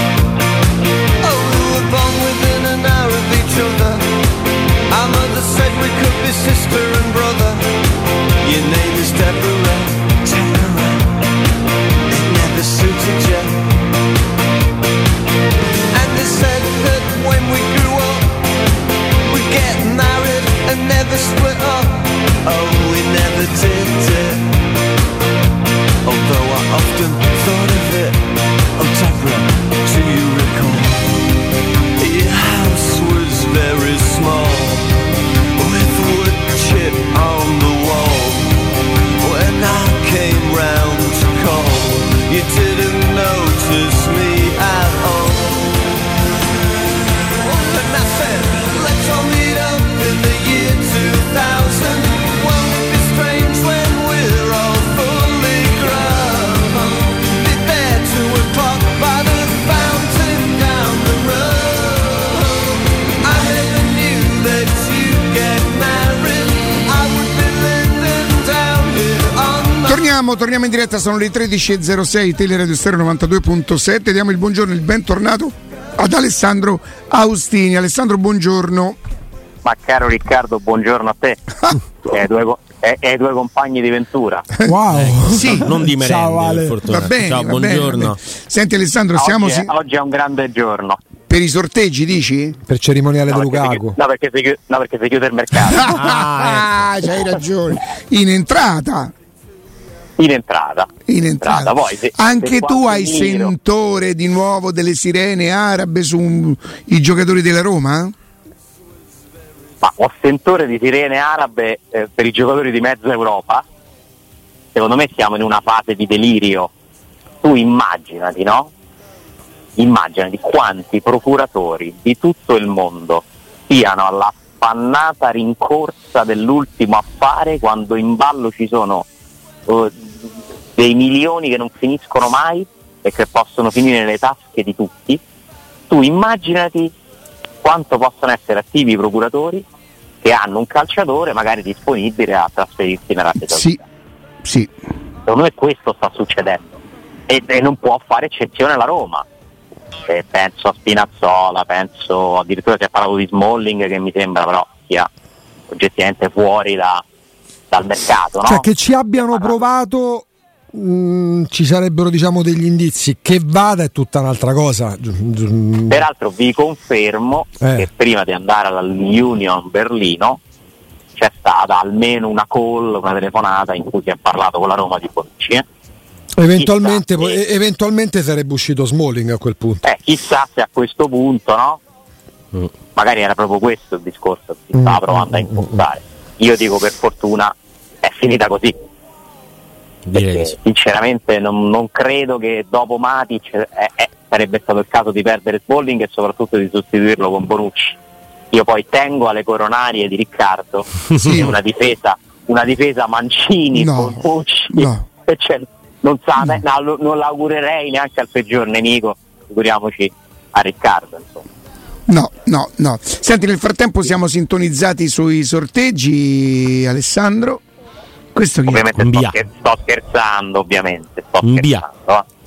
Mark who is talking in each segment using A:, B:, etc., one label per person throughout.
A: Oh, we were born within an hour of each other. Our mother said we could be sister and brother. Your name is Deborah. Deborah. It never suited you. And they said that when we grew up, we'd get married and never split up. Oh, we never did it. Although I often thought of it. Oh, Deborah, do you recall? Your house was very small, with wood chip on the wall. When I came round to call, you didn't notice me at all. And I said, let's all meet up in the year 2000. Won't it be strange when we're all fully grown? Be there two o'clock by the fountain down the road. I never knew that you'd get married. I would be living down here on my
B: Torniamo, torniamo in diretta, sono le 13.06, Teleradio Stereo 92.7, diamo il buongiorno e il bentornato ad Alessandro Austini. Alessandro, buongiorno.
C: Ma caro Riccardo, buongiorno a te e ai tuoi, co- e- e ai tuoi compagni di ventura.
B: Eh,
D: Wow,
B: Sì.
E: non di merende
D: Ciao, Ale.
E: per fortuna.
B: Va bene, va
E: Ciao,
B: bene,
E: buongiorno.
B: va bene. Senti Alessandro, siamo
C: Oggi, è-
B: si-
C: oggi è un grande giorno.
B: per i sorteggi, dici?
D: per cerimoniale di
C: perché si
D: Lukaku.
C: chiude- no, perché si chiude, no, perché si chiude il mercato
B: Ah,
E: ecco.
B: c'hai ragione. In entrata.
C: in entrata.
B: In entrata.
C: Poi, se-
B: Anche
C: se
B: tu hai
C: Casemiro-
B: sentore di nuovo delle sirene arabe sui giocatori della Roma?
C: Ma ho sentore di sirene arabe eh, per i giocatori di mezza Europa. Secondo me siamo in una fase di delirio. Tu immaginati, no? Immaginati quanti procuratori di tutto il mondo siano alla pannata rincorsa dell'ultimo affare quando in ballo ci sono eh, dei milioni che non finiscono mai e che possono finire nelle tasche di tutti. Tu immaginati quanto possono essere attivi i procuratori che hanno un calciatore magari disponibile a trasferirsi in Arabia
B: Sì.
C: Saudita.
B: Sì.
C: Secondo me questo sta succedendo e, e non può fare eccezione la Roma. Eh, penso a Spinazzola, penso addirittura si è parlato di Smalling che mi sembra però sia oggettivamente fuori da- dal mercato. No?
D: Cioè che ci abbiano provato mh, ci sarebbero diciamo degli indizi che vada è tutta un'altra cosa. Gi- gi-
C: Peraltro vi confermo
D: Eh.
C: che prima di andare all'Union Berlino c'è stata almeno una call, una telefonata in cui si è parlato con la Roma di Bonucci. eh.
D: Eventualmente,
C: chissà,
D: e- eventualmente sarebbe uscito Smalling a quel punto.
C: Eh, chissà se a questo punto, no?
E: Mm.
C: Magari era proprio questo il discorso che si stava
D: Mm,
C: provando a
D: mm, mm,
C: impostare. Io dico per fortuna è finita così.
E: Direi di sì.
C: Sinceramente non, non credo che dopo Matic eh, eh, sarebbe stato il caso di perdere Smalling e soprattutto di sostituirlo con Bonucci. Io poi tengo alle coronarie di Riccardo, che è una difesa, una difesa Mancini,
B: No,
C: Bonucci,
B: no.
C: e cioè, non, sa,
E: Mm.
C: beh, no, lo- non l'augurerei neanche al peggior nemico, figuriamoci a Riccardo. Insomma.
B: No, no, no. Senti, nel frattempo siamo sintonizzati sui sorteggi, Alessandro. Questo chi è?
C: Ovviamente
E: Un
C: sto,
E: via.
C: scher- sto scherzando, ovviamente, sto
E: Un via.
C: scherzando. eh.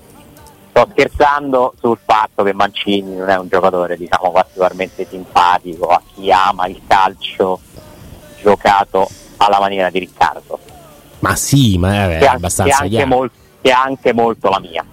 C: Sto scherzando sul fatto che Mancini non è un giocatore diciamo particolarmente simpatico a chi ama il calcio giocato alla maniera di Riccardo,
E: Ma sì, ma eh,
C: che,
E: è
C: an- che
E: abbastanza
C: anche
E: chiaro.
C: mol- che è anche molto la mia.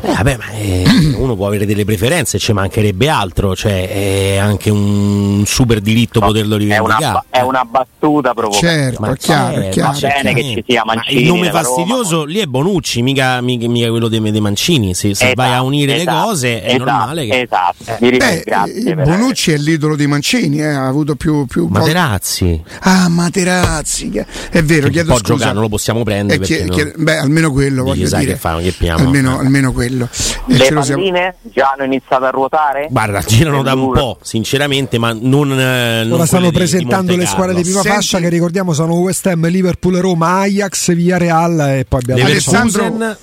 E: Eh, vabbè, ma eh, uno può avere delle preferenze, ci mancherebbe altro, cioè è anche un super diritto
C: No,
E: poterlo
C: è, una,
E: rivendicare.
C: ba- è una battuta provocante.
B: Certo,
E: Ma
B: è chiaro,
E: eh,
B: è chiaro.
E: ma
C: Bene che ci sia
E: Ma
C: Mancini
E: il nome
C: nella Roma,
E: fastidioso lì è Bonucci, mica, mica- mica quello dei, dei Mancini. Se, se vai a
C: Esatto,
E: unire le
C: esatto,
E: cose è
C: esatto,
E: normale che.
C: Esatto, vi
B: Beh,
C: ringrazio,
B: eh,
C: veramente.
B: Bonucci è l'idolo dei Mancini, eh, ha avuto più... più volte-
E: Materazzi,
B: Ah, Materazzi, che- è vero,
E: che
B: chiedo
E: può
B: scusa.
E: giocare, non lo possiamo prendere
B: Eh, chi-
E: perché
B: chi-
E: no.
B: Beh, almeno quello,
E: Gli
B: voglio
E: sai
B: dire.
E: che fa, che piama.
B: almeno,
E: Eh.
B: almeno quello. Eh,
C: Le
B: ce lo siamo-
C: palline già hanno iniziato a ruotare?
E: Guarda, girano da un
C: Duro.
E: po', sinceramente, ma non. eh, non
D: Ora stanno
E: quelle di- di
D: presentando
E: Monte
D: le squadre di
E: Carlo.
D: prima
B: Senti-
D: fascia che ricordiamo sono West Ham, Liverpool, Roma, Ajax, Villarreal e poi abbiamo
E: Leverkusen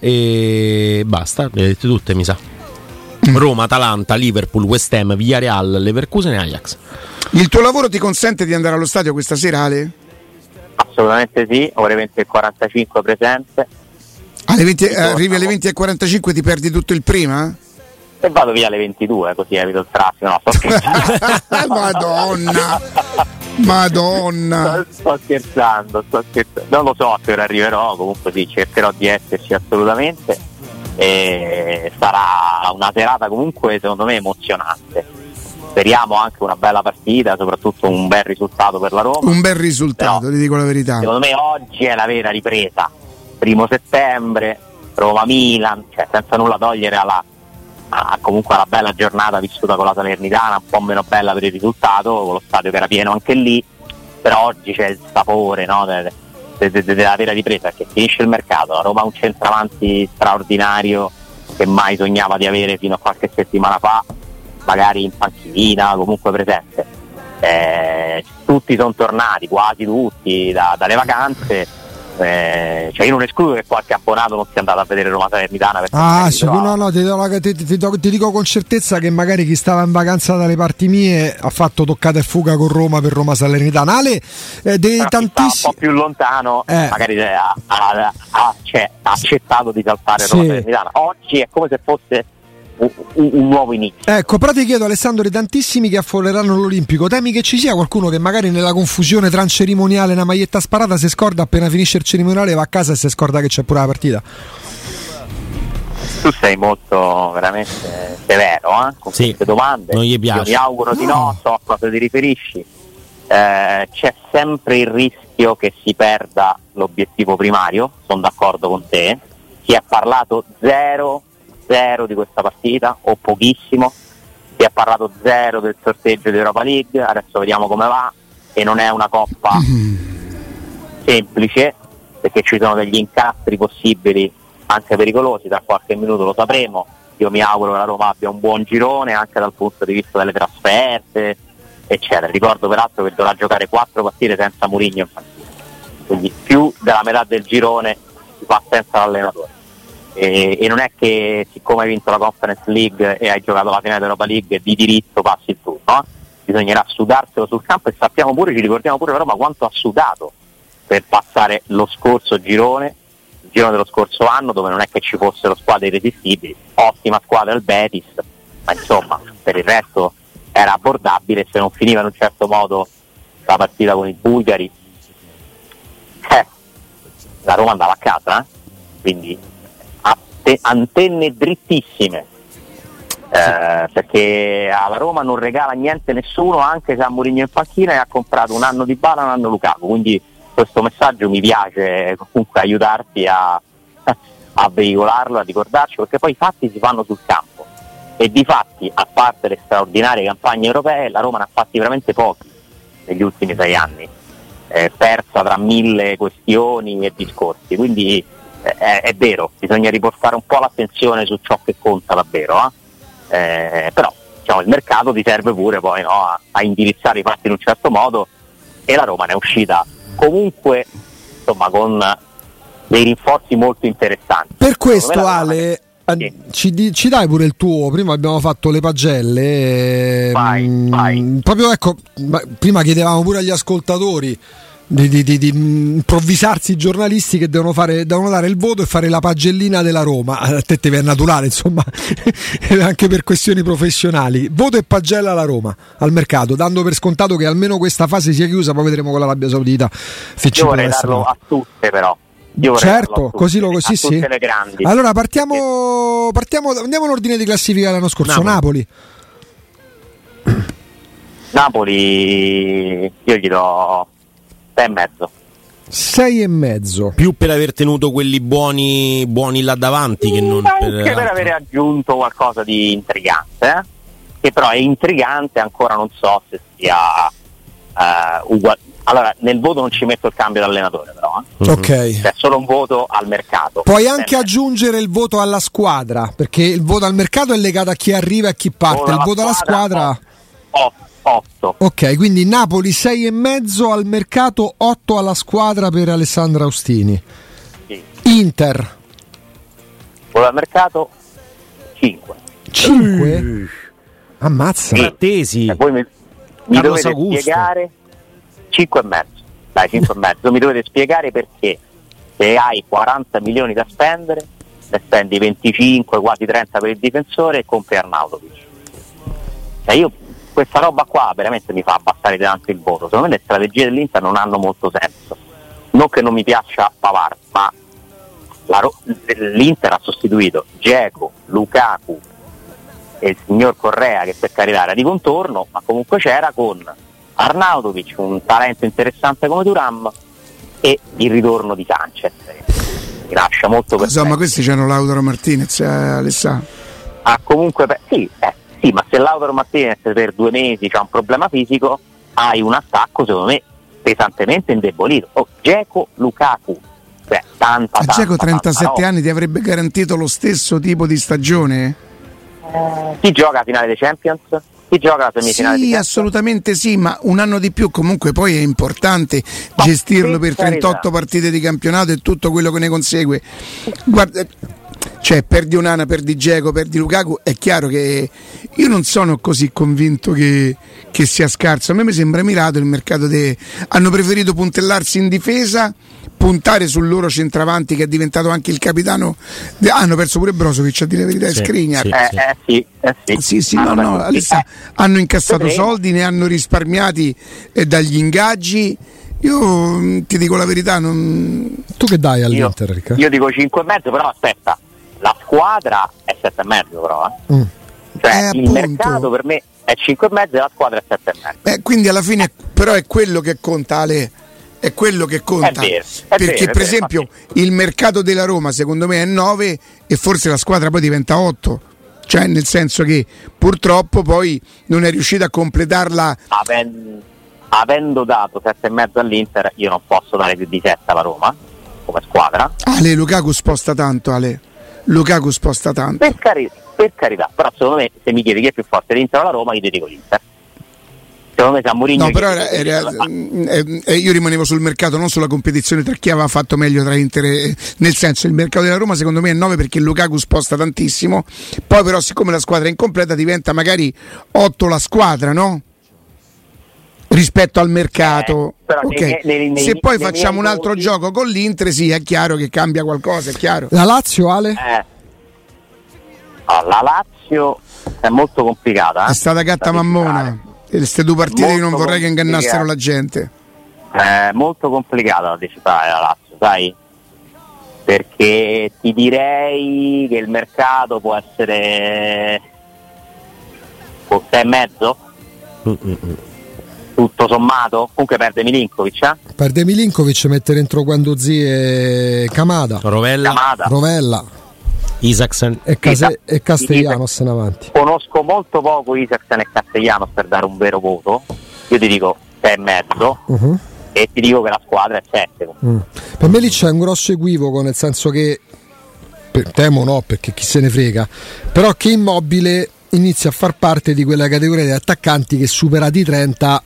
E: e basta, le avete tutte mi sa.
D: Mm.
E: Roma, Atalanta, Liverpool, West Ham, Villarreal, Leverkusen e Ajax.
B: Il tuo lavoro ti consente di andare allo stadio questa sera, Ale?
C: Assolutamente sì, ore 20 e 45 presenze
B: Alle 20 eh,
C: torno.
B: arrivi alle 20.45 e ti perdi tutto il prima?
C: e vado via alle 22 così evito il traffico, no sto scherzando,
B: Eh, Madonna! Madonna!
C: sto, sto scherzando, sto scherzando, non lo so a che ora arriverò, comunque sì cercherò di esserci assolutamente e sarà una serata comunque secondo me emozionante, speriamo anche una bella partita, soprattutto un bel risultato per la Roma.
B: Un bel risultato,
C: Però-
B: ti dico la verità.
C: Secondo me oggi è la vera ripresa. Primo settembre, Roma-Milan, cioè senza nulla togliere alla, a- comunque alla bella giornata vissuta con la Salernitana, un po' meno bella per il risultato, con lo stadio che era pieno anche lì, però oggi c'è il sapore no, de- de- de- de- della vera ripresa, perché finisce il mercato, la Roma ha un centravanti straordinario che mai sognava di avere fino a qualche settimana fa, magari in panchina, comunque presente. Eh, tutti sono tornati, quasi tutti, da- dalle vacanze. Eh, cioè io non escludo che qualche abbonato non sia andato a vedere Roma Salernitana perché
D: Ah,
C: magari si
D: sicuro
C: trova-
D: no, no, ti, do la- ti- ti do- ti dico con certezza che magari chi stava in vacanza dalle parti mie ha fatto toccata e fuga con Roma per Roma Salernitana. Ale, eh, dei
C: Però chi sta
D: tantissimi...
C: un po' più lontano
D: Eh.
C: magari eh, ha, ha- ha- cioè, ha accettato di saltare
D: Sì.
C: Roma Salernitana oggi è come se fosse un, un- un nuovo inizio
D: Ecco, però ti chiedo Alessandro, di tantissimi che affolleranno l'Olimpico, temi che ci sia qualcuno che magari nella confusione tra un cerimoniale e una maglietta sparata si scorda appena finisce il cerimoniale va a casa e si scorda che c'è pure la partita.
C: tu sei molto veramente severo eh, con
E: Sì.
C: queste domande
E: Non gli piace.
C: Io mi auguro di no so a cosa ti riferisci Eh, c'è sempre il rischio che si perda l'obiettivo primario sono d'accordo con te si è parlato zero zero di questa partita o pochissimo si è parlato zero del sorteggio di Europa League adesso vediamo come va e non è una coppa
E: Mhm.
C: semplice perché ci sono degli incastri possibili anche pericolosi, tra qualche minuto lo sapremo. Io mi auguro che la Roma abbia un buon girone anche dal punto di vista delle trasferte, eccetera. Ricordo peraltro che dovrà giocare quattro partite senza Murigno in panchina. Quindi più della metà del girone si fa senza l'allenatore. E, e non è che siccome hai vinto la Conference League e hai giocato la finale dell'Europa League di diritto passi il turno, eh? bisognerà sudarselo sul campo e sappiamo pure, ci ricordiamo pure la Roma quanto ha sudato per passare lo scorso girone, il girone dello scorso anno dove non è che ci fossero squadre irresistibili, ottima squadra il Betis, ma insomma per il resto era abbordabile se non finiva in un certo modo la partita con i Bulgari. eh, la Roma andava a casa, eh? quindi atte- antenne drittissime. Eh, perché alla Roma non regala niente a nessuno anche se ha Mourinho in panchina e ha comprato un anno di Bala e un anno Lukaku quindi questo messaggio mi piace comunque aiutarti a, a veicolarlo, a ricordarci perché poi i fatti si fanno sul campo e di fatti a parte le straordinarie campagne europee la Roma ne ha fatti veramente pochi negli ultimi sei anni eh, persa tra mille questioni e discorsi. Quindi eh, è, è vero, bisogna riportare un po' l'attenzione su ciò che conta davvero. eh. Eh, però diciamo, il mercato ti serve pure poi no, a, a indirizzare i fatti in un certo modo e la Roma ne è uscita comunque insomma, con dei rinforzi molto interessanti.
D: Per
C: Secondo
D: questo,
C: me la Roma-
D: Ale, eh,
C: Sì.
D: ci, di- ci dai pure il tuo. Prima abbiamo fatto le pagelle.
C: Vai,
D: ehm,
C: vai.
D: Proprio ecco, ma- prima chiedevamo pure agli ascoltatori. Di, di- di- di improvvisarsi i giornalisti che devono, fare, devono dare il voto e fare la pagellina della Roma. A te ti è naturale, insomma, anche per questioni professionali. Voto e pagella alla Roma al mercato, dando per scontato che almeno questa fase sia chiusa. Poi vedremo con l'Arabia Saudita se ci
C: Io
D: potrà
C: vorrei
D: essere.
C: darlo a tutte però. Io vorrei darlo
D: Certo,
C: a tutte,
D: così lo così
C: a
D: sì.
C: tutte le grandi.
D: Allora partiamo, partiamo, andiamo in ordine di classifica dell'anno scorso. Napoli,
C: Napoli io gli do sei e mezzo.
D: 6 e mezzo.
E: Più per aver tenuto quelli buoni, buoni là davanti che non
C: Ma anche per,
E: l'altro.
C: aver aggiunto qualcosa di intrigante, eh? che però è intrigante ancora non so se sia eh, uguale. Allora, nel voto non ci metto il cambio d'allenatore, però
E: Mm.
C: eh.
D: Ok.
C: c'è solo un voto al mercato.
D: Puoi anche
C: Eh,
D: aggiungere il voto alla squadra, perché il voto al mercato è legato a chi arriva e a chi parte.
C: voto
D: Il voto alla squadra.
C: o- otto.
D: Ok, quindi Napoli 6 e mezzo al mercato, 8 alla squadra per Alessandra Austini.
C: Sì.
D: Inter
C: Voto al mercato 5.
D: 5. Ammazza.
E: Frattesi.
C: voi mi, mi
E: Carlos
C: dovete
E: Augusto.
C: spiegare 5 e mezzo. Dai, 5 e mezzo, mi dovete spiegare perché se hai 40 milioni da spendere, ne spendi 25, quasi 30 per il difensore e compri Arnautovic. Cioè io questa roba qua veramente mi fa abbassare tanto il voto. Secondo me le strategie dell'Inter non hanno molto senso. Non che non mi piaccia Pavard, ma la Ro- l'Inter ha sostituito Dzeko, Lukaku, e il signor Correa che per carità era di contorno, ma comunque c'era con Arnautovic, un talento interessante come Turam e il ritorno di Sanchez. che Mi lascia molto per
B: Insomma, questi c'hanno Lautaro Martinez, eh, Alessandro.
C: ha comunque pe- sì, eh, sì, ma se Lautaro Martinez per due mesi ha un problema fisico, hai un attacco secondo me pesantemente indebolito. Oh, Dzeko, Lukaku, cioè tanta
B: A
C: tanta,
B: Geco
C: tanta
B: 37
C: roba.
B: anni ti avrebbe garantito lo stesso tipo di stagione?
C: Chi gioca a finale dei Champions? Chi gioca la semifinale di
B: Sì,
C: Champions?
B: assolutamente sì, ma un anno di più comunque poi è importante
C: Ma
B: gestirlo
C: per
B: per
C: carità.
B: 38 partite di campionato e tutto quello che ne consegue. Guarda, cioè perdi Unana, perdi Geco, perdi Lukaku, è chiaro che io non sono così convinto che, che sia scarso. A me mi sembra mirato il mercato de... hanno preferito puntellarsi in difesa puntare sul loro centravanti che è diventato anche il capitano de- ah, hanno perso pure Brozovic a dire la verità e
E: Sì,
B: Skriniar
E: sì.
C: Eh, eh, sì, eh, sì.
B: sì, sì,
C: Ah,
B: no,
C: vabbè,
B: no,
C: sì,
B: Alessa,
C: eh.
B: hanno incassato
C: Vedremo.
B: soldi, ne hanno risparmiati eh, dagli ingaggi. Io mm, ti dico la verità, non...
D: Tu che dai
C: Io,
D: all'Inter?
B: ecco.
D: Ricca?
C: io dico 5 e mezzo, però aspetta, la squadra è 7 e mezzo però, eh.
D: Mm.
B: Eh,
C: Cioè, il
B: appunto.
C: mercato per me è 5 e mezzo e la squadra è 7 e mezzo.
B: Eh, quindi alla fine però è quello che conta Ale, è quello che conta.
C: È vero, è
B: Perché
C: vero, è
B: per
C: vero,
B: esempio il mercato della Roma secondo me è 9 e forse la squadra poi diventa 8. Cioè nel senso che purtroppo poi non è riuscita a completarla
C: Aven- avendo dato 7 e mezzo all'Inter, io non posso dare più di 7 alla Roma come squadra.
B: Ale Lukaku sposta tanto Ale. Lukaku sposta tanto.
C: Per, cari- per carità, però secondo me se mi chiedi chi è più forte l'Inter o la Roma, io ti dico l'Inter. Secondo me San Mourinho
B: No, però
C: chiede-
B: era- era- eh, eh, io rimanevo sul mercato, non sulla competizione tra chi aveva fatto meglio tra Inter e eh, nel senso il mercato della Roma secondo me è 9 perché Lukaku sposta tantissimo. Poi però siccome la squadra è incompleta diventa magari 8 la squadra, no? Rispetto al mercato.
C: Eh, però
B: Ok.
C: nei- nei- nei-
B: Se poi
C: nei
B: facciamo
C: miei
B: un altro
C: voti-
B: gioco con l'Inter, sì, è chiaro che cambia qualcosa, è chiaro.
D: La Lazio, Ale?
C: Eh. Ah, la Lazio è molto complicata. eh,
B: È stata
C: da
B: gatta mammona.
C: decifrare.
B: Queste due partite io non
C: Molto
B: vorrei che
C: complicate.
B: ingannassero la gente.
C: È Eh, molto complicata da decifrare la Lazio, sai? Perché ti direi che il mercato può essere o sei e mezzo, tutto sommato. Comunque perde Milinkovic, eh?
D: Perde Milinkovic, mette dentro Guendouzi e Camada,
E: Rovella,
C: Camada.
D: Rovella
E: Isaacson.
D: e, Case- e Castellanos in avanti.
C: Conosco molto poco Isaacson e Castellanos per dare un vero voto. Io ti dico sei e mezzo.
D: Mhm.
C: e e ti dico che la squadra è 7.
E: Eh.
D: Mm. Per me lì c'è un grosso equivoco, nel senso che per- temo no, perché chi se ne frega, però che immobile inizia a far parte di quella categoria di attaccanti che superati i 30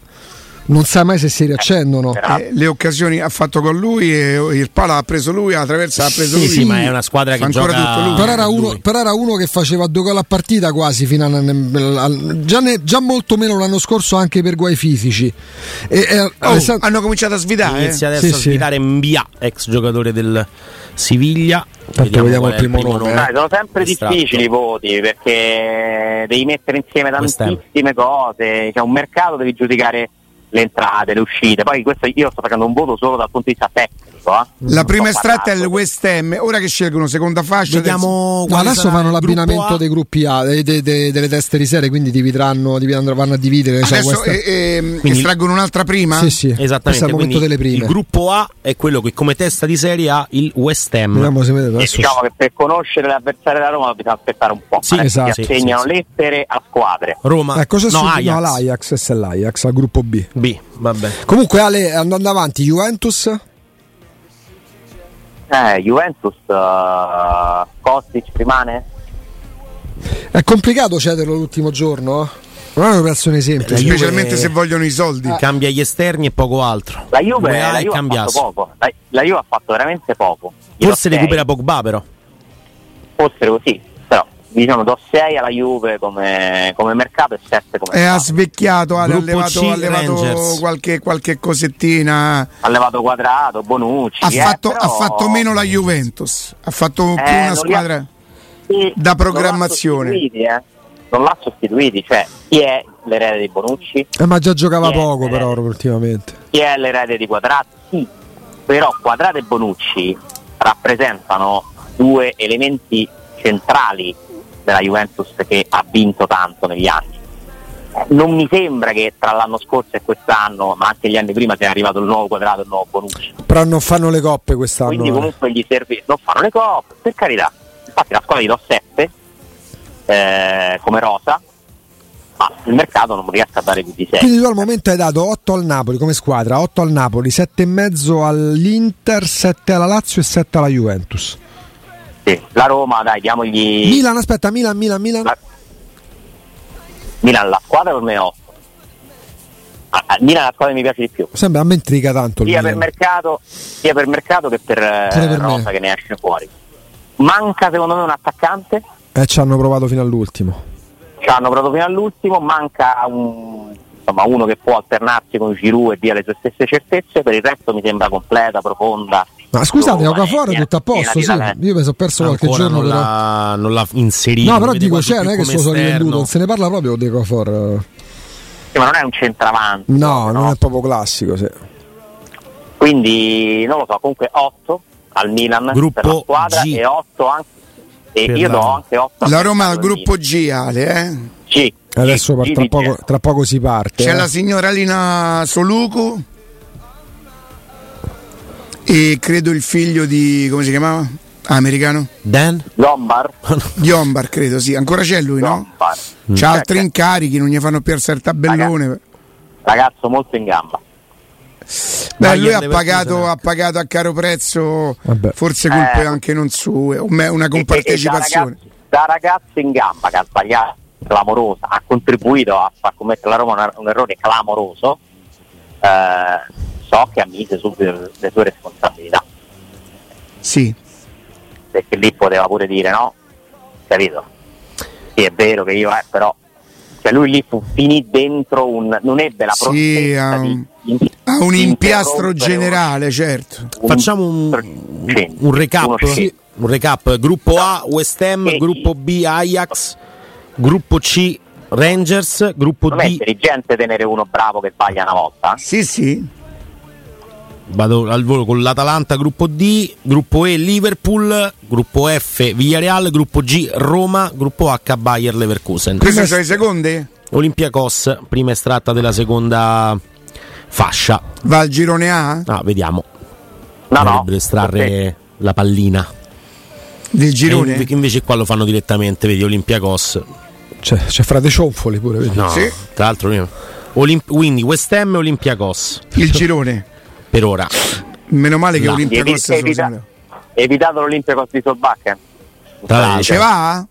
D: non sa mai se si riaccendono.
E: Ah.
B: Eh, le occasioni ha fatto con lui, e il pala ha preso lui, la traversa ha preso
E: Sì,
B: lui.
E: sì, ma è una squadra
B: Fa
E: che
B: ancora
E: gioca-
B: tutto lui.
E: Però
D: Però era, uno, però era uno che faceva due gol a partita quasi fino a, al- già, ne- già molto meno l'anno scorso anche per guai fisici. E, e
B: Oh,
D: Alessandro-
B: hanno cominciato a svidare.
E: Inizia
D: eh.
E: adesso
D: Sì,
E: a
D: sì.
E: svitare Mbia, ex giocatore del Siviglia.
D: vediamo
E: qual
D: il
E: è
D: primo nome,
C: Dai, sono sempre
E: Estratto.
C: difficili i voti perché devi mettere insieme
E: Questo è.
C: tantissime cose, c'è un mercato, devi giudicare le entrate, le uscite, poi questo io sto facendo un voto solo dal punto di vista tecnico. eh.
B: Mm. La
C: Non
B: prima
C: sto
B: estratta è il
C: parlando
B: West Ham, ora che scelgono seconda fascia.
E: Vediamo
D: No,
E: quale
D: adesso
E: sarà
D: fanno
E: il gruppo
D: l'abbinamento
E: A.
D: dei gruppi A, dei- dei- dei- delle teste di serie, quindi divideranno, divideranno- vanno a dividere. ne so,
B: adesso
D: questa-
B: eh, ehm,
E: Quindi-
B: estraggono un'altra prima.
D: Sì, sì. Questo
E: Esattamente,
D: è il momento
E: quindi
D: delle prime.
E: il gruppo A è quello che come testa di serie ha il West Ham.
D: Vediamo se
E: Eh,
D: vedete
C: E
D: adesso.
C: diciamo che per conoscere l'avversario della Roma bisogna aspettare un po'.
E: Sì,
C: Adesso
D: esatto.
C: si assegnano
E: Sì, sì,
C: lettere a squadre.
E: Roma,
D: Ecco, c'è
E: no,
D: su-
E: Ajax.
D: no, l'Ajax, Ah. questa è l'Ajax, al gruppo B.
E: B, vabbè.
D: Comunque Ale, andando avanti, Juventus,
C: Eh, Juventus, eh, Kostic rimane?
D: è complicato cederlo l'ultimo giorno? Non è un'operazione semplice.
E: Beh, la Juve- Ah.
B: Specialmente se vogliono i soldi.
E: Cambia gli esterni e poco altro.
C: La Juve,
E: Due A
C: la
E: e
C: Juve ha
E: cambia
C: fatto
E: asso.
C: poco, la, la Juve ha fatto veramente poco. Gli do
E: Forse
C: sei.
E: recupera Pogba però.
C: fosse così, però diciamo do 6 alla Juve come, come mercato e 7 come
B: Eh, ha
C: mercato.
B: svecchiato, Ale, ha
E: Gruppo C,
B: levato, ha levato
E: Rangers.
B: qualche, qualche cosettina.
C: ha levato quadrato, Bonucci,
B: Ha,
C: eh,
B: fatto,
C: però-
B: ha fatto meno la Juventus, ha fatto
C: Eh,
B: più
C: non li
B: una
C: ha- eh.
B: squadra.
C: Sì,
B: da programmazione.
C: Non l'ha sostituiti, eh. Non l'ha sostituiti, cioè chi è l'erede di Bonucci?
D: Eh, ma già giocava
C: Eh,
D: poco
C: eh.
D: però ultimamente.
C: Chi è l'erede di Quadrato? Sì, però Quadrato e Bonucci rappresentano due elementi centrali della Juventus che ha vinto tanto negli anni. Eh, Non mi sembra che tra l'anno scorso e quest'anno, ma anche gli anni prima, sia arrivato il nuovo Quadrato e il nuovo Bonucci.
D: Però non fanno le coppe quest'anno.
C: Quindi
D: eh.
C: comunque gli serve, non fanno le coppe, per carità. Infatti la squadra gli do 7 eh, come rosa, ma il mercato non riesce a dare più di 6.
D: Quindi tu al momento hai dato 8 al Napoli come squadra, 8 al Napoli, 7,5 all'Inter, 7 alla Lazio e 7 alla Juventus.
C: La Roma, dai, diamogli...
D: Milan, aspetta, Milan, Milan, Milan.
C: La- Milan la squadra per me è 8 Milan la squadra che mi piace di più
D: Sembra a me intriga tanto il
C: sia per
D: Milan.
C: mercato sia per mercato che per, eh,
D: Pure per me.
C: rosa che ne esce fuori manca secondo me un attaccante
D: Eh, ci hanno provato fino all'ultimo.
C: ci hanno provato fino all'ultimo manca un- insomma, uno che può alternarsi con Giroud e dia le sue stesse certezze per il resto mi sembra completa, profonda
D: Ma scusate,
C: giovane,
D: Okafor è tutto a
C: piena
D: posto,
C: di
D: sì.
C: talento.
D: Io mi sono perso qualche
E: Ancora
D: giorno
E: non
D: però.
E: l'ha, non l'ha inserito.
D: No, però
E: vede
D: dico,
E: quasi
D: c'è,
E: più
D: non è che
E: come
D: sono rivenduto,
E: esterno.
D: non se ne parla proprio di Okafor. eh.
C: Sì, ma non è un centravanti
D: No, non è proprio classico, sì.
C: quindi non lo so comunque 8 al Milan per la
E: Gruppo
C: squadra
E: G.
C: e 8 anche e
E: Per
C: io
E: la
C: do
E: Roma.
C: anche 8
B: La Roma al gruppo G, Ale. eh.
C: G
D: Adesso
C: G
D: par-
C: di
D: tra
C: G.
D: poco, tra poco si parte.
B: C'è
D: eh.
B: la signora Lina Solucu. E credo il figlio di. come si chiamava? Ah, americano?
E: Dan?
C: Lombard
B: Di Ombar, credo, sì. Ancora c'è lui, no?
C: Lombard.
B: C'ha altri
C: Cioè,
B: incarichi, non gli fanno più alzare il tabellone.
C: ragazzo molto in gamba
B: Beh,
E: Bayern
B: lui ha
E: Leverkusen,
B: pagato,
E: eh.
B: ha pagato a caro prezzo,
D: Vabbè.
B: forse colpe
C: Eh.
B: anche non sue, o me- una
C: E-
B: compartecipazione.
C: e- e da, ragazzo, da ragazzo in gamba che ha sbagliato clamorosa ha contribuito a far commettere la Roma un, un errore clamoroso eh, so che ammise subito le sue responsabilità
B: Sì,
C: perché lì poteva pure dire no, capito? Sì, è vero che io, eh, però. Cioè lui lì fu finì dentro un. non ebbe la
B: Sì,
C: prontezza
B: ha
C: di-
B: un-
C: di-
B: ha un
C: di
B: impiastro
C: interrompere
B: generale, certo.
C: un-
E: Facciamo un,
C: un-
E: un recap.
C: uno
E: Sì,
C: scempio.
E: Un recap. Gruppo A West Ham,
C: Sì.
E: gruppo B Ajax, gruppo C Rangers, gruppo
C: Non è
E: D
C: intelligente tenere uno bravo che sbaglia una volta.
B: Sì, sì.
E: vado al volo con l'Atalanta, gruppo D, gruppo E Liverpool, gruppo F Villarreal, gruppo G Roma, gruppo H Bayer Leverkusen.
B: Queste sono le seconde?
E: Olympiacos, prima estratta della seconda fascia.
B: Va al girone A?
E: Ah, vediamo.
C: No, no.
E: Dovrebbero estrarre la pallina.
B: Del
E: E
B: girone?
E: inve- Eh, invece qua lo fanno direttamente, vedi Olympiacos.
D: C'è, c'è frate cionfoli pure, vedi?
E: No,
B: Sì.
E: tra l'altro io- Olim- quindi West Ham e Olympiacos.
B: Il girone.
E: per ora.
B: Meno male che
E: No.
B: Olimpia
C: Evi-
B: Costa
C: evita-
B: sono
C: evitato l'Olympiacos di Solbakken.
E: Tra l'altro,
C: Cioè.
B: Ce va?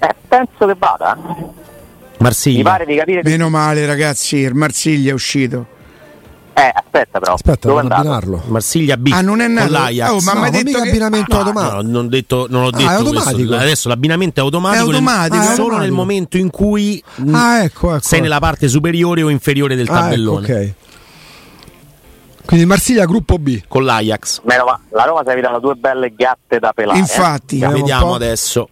C: Eh, penso che vada. Mi
E: Marsiglia.
C: pare di capire. che-
B: Meno male ragazzi, il Marsiglia è uscito.
C: Eh, aspetta però.
D: Aspetta,
C: dove
D: devo
C: è andato?
D: abbinarlo.
E: Marsiglia B
B: Ah, non è
E: con
B: nato?
E: l'Ajax.
B: Oh, ma
D: No,
B: mi
D: ma
B: hai detto
D: mica
B: che-
D: abbinamento automatico.
E: No, non, ho detto- non ho detto
D: Ah, automatico.
E: questo. Adesso l'abbinamento è automatico,
B: È
E: nel-
B: automatico.
E: solo
D: Ah, è
E: nel
D: automatico.
E: momento in cui mh,
D: Ah, ecco, ecco.
E: Mm. sei nella parte superiore o inferiore del
D: Ah, ecco,
E: tabellone
D: ok. Quindi Marsiglia gruppo B.
E: con l'Ajax.
C: Meno male, la Roma si è evitata due belle gatte da pelare. eh.
B: Infatti,
D: Vediamo un
E: Vediamo
D: po'.
E: adesso.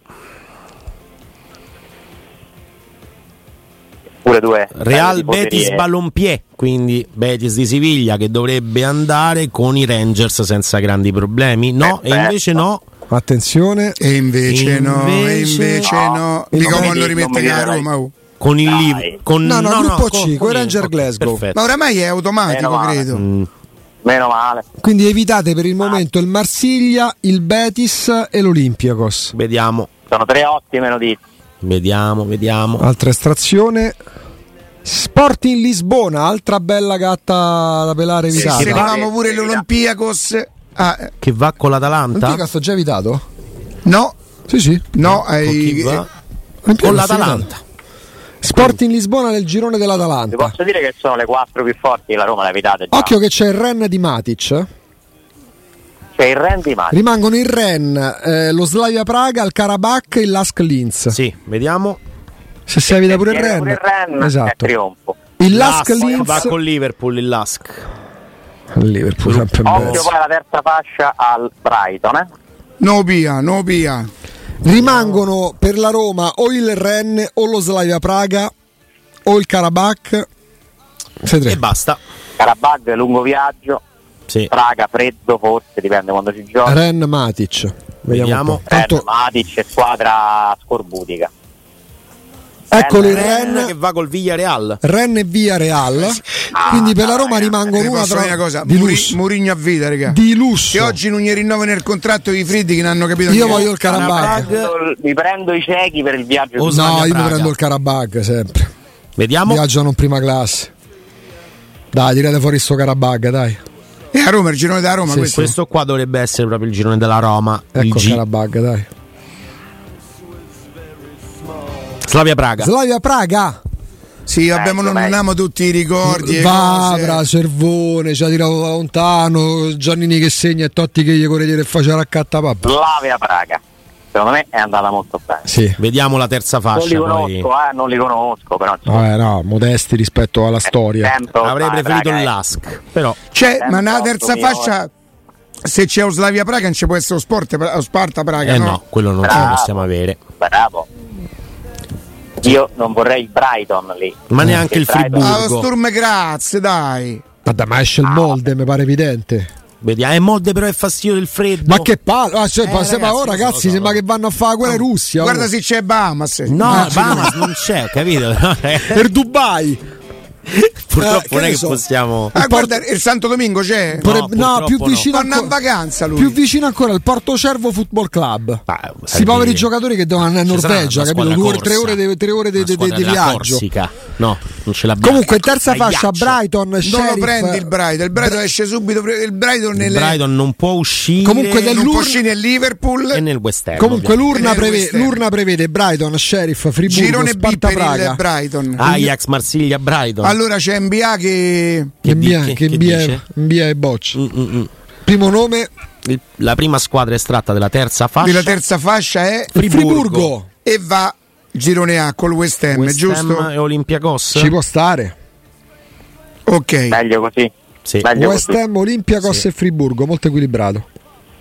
C: Pure due.
E: Real
C: belle tifoserie.
E: Betis Balompié, quindi Betis di Siviglia che dovrebbe andare con i Rangers senza grandi problemi. No, e
C: Perfetto.
E: invece no.
D: Attenzione.
B: E invece, no, e
E: Invece-
B: invece no.
C: No.
B: Mica
C: Non mi
B: quando
C: di-
B: rimette
C: non mi
B: che a
C: dirai.
B: Roma. oh.
E: Con il
C: Dai.
E: Liv- con
D: No, no, gruppo C,
E: con-
D: con
E: il-
D: Ranger
E: ok,
D: Glasgow.
E: perfetto.
B: Ma oramai è
C: Meno
B: automatico,
C: male. Mm.
B: credo.
C: Meno male.
D: Quindi evitate per il
E: Ah.
D: momento il Marsiglia, il Betis e l'Olympiakos.
E: Vediamo,
C: Sono tre ottime notizie.
E: vediamo, vediamo.
D: Altra estrazione. Sporting Lisbona, altra bella gatta da pelare evitata.
B: Se
E: Sì,
D: L'Olympiakos
B: levavamo pure l'Olimpiakos. Ah, eh,
E: Che va con l'Atalanta?
D: ho già evitato?
B: no,
D: Sì, sì.
B: no, eh, hai-
E: Con chi va?
D: Olympiakos
E: Con
D: evitato.
E: l'Atalanta.
D: Sporting Lisbona nel girone
C: Ti
D: dell'Atalanta.
C: posso dire che sono le quattro più forti. La Roma l'ha evitata già.
D: Occhio che c'è il Ren di Matic. eh.
C: C'è il Randy Mani.
D: Rimangono il Ren, eh, lo Slavia Praga, il Karabakh e il Lask Linz.
E: Sì, vediamo.
D: Se si evita pure il
C: Viene
D: Ren.
C: pure il Ren, Eh, È
D: Esatto.
C: trionfo.
D: Il Lask
E: va
D: Linz.
E: con Liverpool il Lask.
D: Il Liverpool sempre in
C: Occhio
D: mezzo.
C: poi alla terza fascia al Brighton. Eh?
B: no Pia, no Pia.
D: Rimangono per la Roma o il Ren o lo Slavia Praga o il Karabakh. Sei tre.
E: E basta.
C: Carabag, lungo viaggio.
E: Sì.
C: Praga, freddo forse, dipende quando ci gioca.
D: Ren Matic.
E: Vediamo.
D: Vediamo. un po'.
C: Ren,
D: Tanto,
C: Matic e squadra scorbutica.
D: eccolo il
E: Ren
D: Ren.
E: che va col Villarreal.
D: Ren e via Real. Quindi per la Roma rimangono
B: Vi
D: una
B: posso
D: tra
B: dire una cosa,
D: di
B: Muri-
D: lusso.
B: Murigno a vita, raga.
D: Di lusso.
B: Se oggi non gli rinnovano il contratto i Friddi che non hanno capito
D: Io
B: niente.
D: voglio il Karabakh.
C: Mi prendo i ciechi per il viaggio.
E: O
C: di-
E: Slavia
D: No, io mi
E: Praga.
D: prendo il Karabakh sempre.
E: Vediamo.
D: Viaggiano in prima classe. Dai, tirate fuori sto Karabakh, dai. Ecco
B: E a Roma, il girone da Roma,
E: Sì,
B: questo.
E: questo qua dovrebbe essere proprio il girone della Roma. il
D: Ecco il
E: G.
D: Karabakh, dai.
E: Slavia Praga.
D: Slavia Praga.
B: Sì, vabbè,
C: Eh,
B: ma non
C: dai.
B: abbiamo tutti i ricordi. e
D: Vavra,
B: cose.
D: Cervone, ci ha tirato da lontano, Giannini che segna e Totti che gli corre dire e faceva la cattapappa.
C: Slavia Praga. Secondo me è andata molto bene.
D: Sì.
E: Vediamo la terza
C: Non li
E: fascia. poi.
C: conosco, eh, non li conosco, però insomma,
D: Vabbè, no, modesti rispetto alla storia.
C: sento
E: Avrei
C: ormai,
E: preferito
C: raga,
E: il
C: eh.
E: Lask. Però
B: Cioè, ma nella
C: 38
B: terza
C: milioni.
B: fascia, se c'è Oslavia Praga, non ci può essere lo sport, o Sparta Praga,
E: eh
B: no?
E: no, quello non ce lo
C: Bravo.
E: possiamo avere.
C: Bravo. Io non vorrei il Brighton lì.
E: Ma neanche il
C: Brighton-
E: Friburgo.
B: Ah, lo Sturm Graz, dai.
D: Vabbè, ma esce il molde, mi pare evidente.
E: Vediamo. È eh, molde, però è fastidio del freddo.
D: Ma che palle! Ah, cioè,
E: Eh,
D: ma sembra- oh,
E: ragazzi,
D: ragazzi,
E: lo so,
D: sembra
E: lo so.
D: che vanno a fare la guerra in Russia.
B: Guarda
D: oh.
B: se c'è Bahamas.
E: No,
B: Ah,
E: Bahamas non c'è, capito? eh.
D: Per Dubai.
E: Purtroppo
D: Eh, che
E: non è
D: ne
E: che
D: so.
E: possiamo.
B: Ah, guarda, il Santo Domingo c'è.
E: No,
D: Potrebbe- no,
E: purtroppo
D: più
E: no.
D: vicino,
B: Vanno in
D: ancora,
B: vacanza lui.
D: più vicino ancora il Porto Cervo Football Club.
E: Ma,
D: Questi
E: sai
D: poveri
E: che-
D: giocatori che devono andare a
E: Ah, Ci sarà
D: Norvegia,
E: una
D: capito?
E: squadra
D: Due o
E: corsa.
D: tre ore di, tre ore di-
E: Una
D: di-
E: squadra
D: di
E: della
D: viaggio.
E: Corsica. No, non ce l'abbiamo.
D: Comunque, in terza fascia,
E: Cagliaccio.
D: Brighton,
B: Non
D: Sheriff.
B: lo prendi il Brighton, il Brighton esce subito, pre- il Brighton
E: Il
B: nelle
E: Brighton non può uscire.
D: Comunque del-
B: non può
D: l'Ur-
B: uscire nel Liverpool.
E: e nel West Ham.
D: Comunque,
E: ovviamente.
D: l'urna,
B: Eh,
D: preve-
B: West Ham.
D: l'urna prevede Brighton, Sheriff, Friburgo,
B: Girone B
D: Sparta
B: per il
D: Praga.
B: Brighton.
E: Ajax, Marsiglia, Brighton.
B: Allora c'è NBA che
D: Che
E: di-
D: Mbia-
E: che-
D: che
E: che
D: Mbia
E: dice?
D: Mbia e Bocci.
E: Mm, mm, mm.
D: Primo nome,
E: Il- La prima squadra estratta della terza fascia.
B: della terza fascia è
E: Friburgo.
D: Friburgo.
B: e va girone A col West Ham,
E: West
B: giusto?
E: Ham e Olympiacos.
D: Ci può stare.
B: Ok.
C: Meglio così.
E: Sì.
C: Meglio
D: West
C: così.
D: Ham, Olympiacos
E: Sì.
D: e Friburgo, molto equilibrato.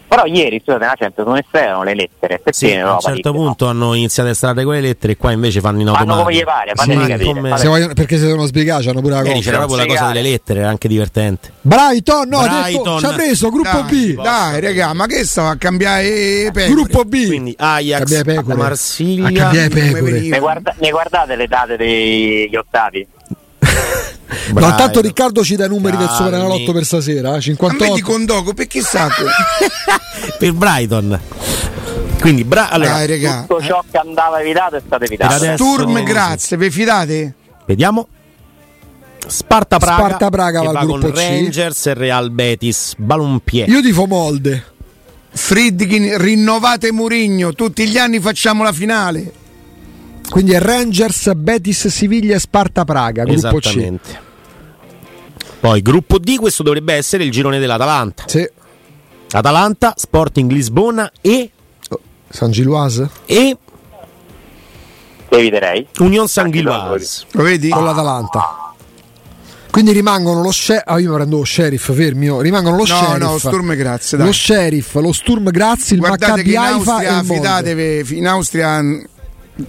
C: Però ieri, scusate, una certo, sono estremo le lettere. Perché
E: Sì,
C: in
E: a un
C: Europa
E: certo
C: League, no?
E: punto hanno iniziato a estrarre quelle lettere e qua invece fanno in automatico.
C: Fanno come gli pare, fatemi
E: Sì,
C: capire.
E: come-
C: Vabbè.
D: Se vogliono- perché se devono sbiegare, hanno pure la
E: Ieri
D: cosa.
E: c'era proprio la cosa delle lettere, era anche divertente.
D: Brighton, no, ha
E: Brighton.
D: detto, ci ha preso gruppo
B: Dai,
D: B.
B: dai, raga, ma che stava a cambiare eh, pecore?
D: Gruppo B.
E: Quindi Ajax,
D: Cambiare pecore. A
E: Marsiglia,
D: cambiare
B: Come
D: pecore.
B: veniva?
C: Ne, guarda- ne guardate le date degli ottavi?
D: No,
E: Brighton.
D: intanto Riccardo ci dà i numeri del
E: Calmi.
D: Superenalotto per stasera,
B: A
D: eh,
B: me di
D: 58.
B: Condoco, perché sa?
E: per Brighton. Quindi Bra- allora,
B: Dai, raga.
C: Tutto ciò che andava evitato è stato
E: Per
C: evitato.
E: adesso-
B: Turm, grazie, vi fidate?
E: vediamo. Sparta Praga,
D: Sparta Praga
E: che
D: va al
E: va con
D: gruppo C.
E: Rangers e Real Betis. Balompié.
D: Io tifo Molde.
B: Friedkin, rinnovate Murigno, tutti gli anni facciamo la finale.
D: Quindi è Rangers, Betis, Siviglia e Sparta Praga, gruppo C.
E: Esattamente. Poi gruppo D, questo dovrebbe essere il girone dell'Atalanta.
D: Sì.
E: Atalanta, Sporting Lisbona e,
D: Oh, San Giluas
E: e
C: Te eviterei.
E: Union Sanguiloise.
B: Lo vedi?
D: con l'Atalanta. Quindi rimangono lo sheriff. Ah, io mi prendo lo sheriff, fermi. io. Rimangono lo
B: no,
D: sheriff.
B: no, Sturm grazie, dai.
D: lo sheriff, lo Sturm Grazzi, il
B: Guardate che
D: Maccabi
B: in
D: Haifa e
B: Austria,
D: il Molde.
B: fidatevi, in Austria mh,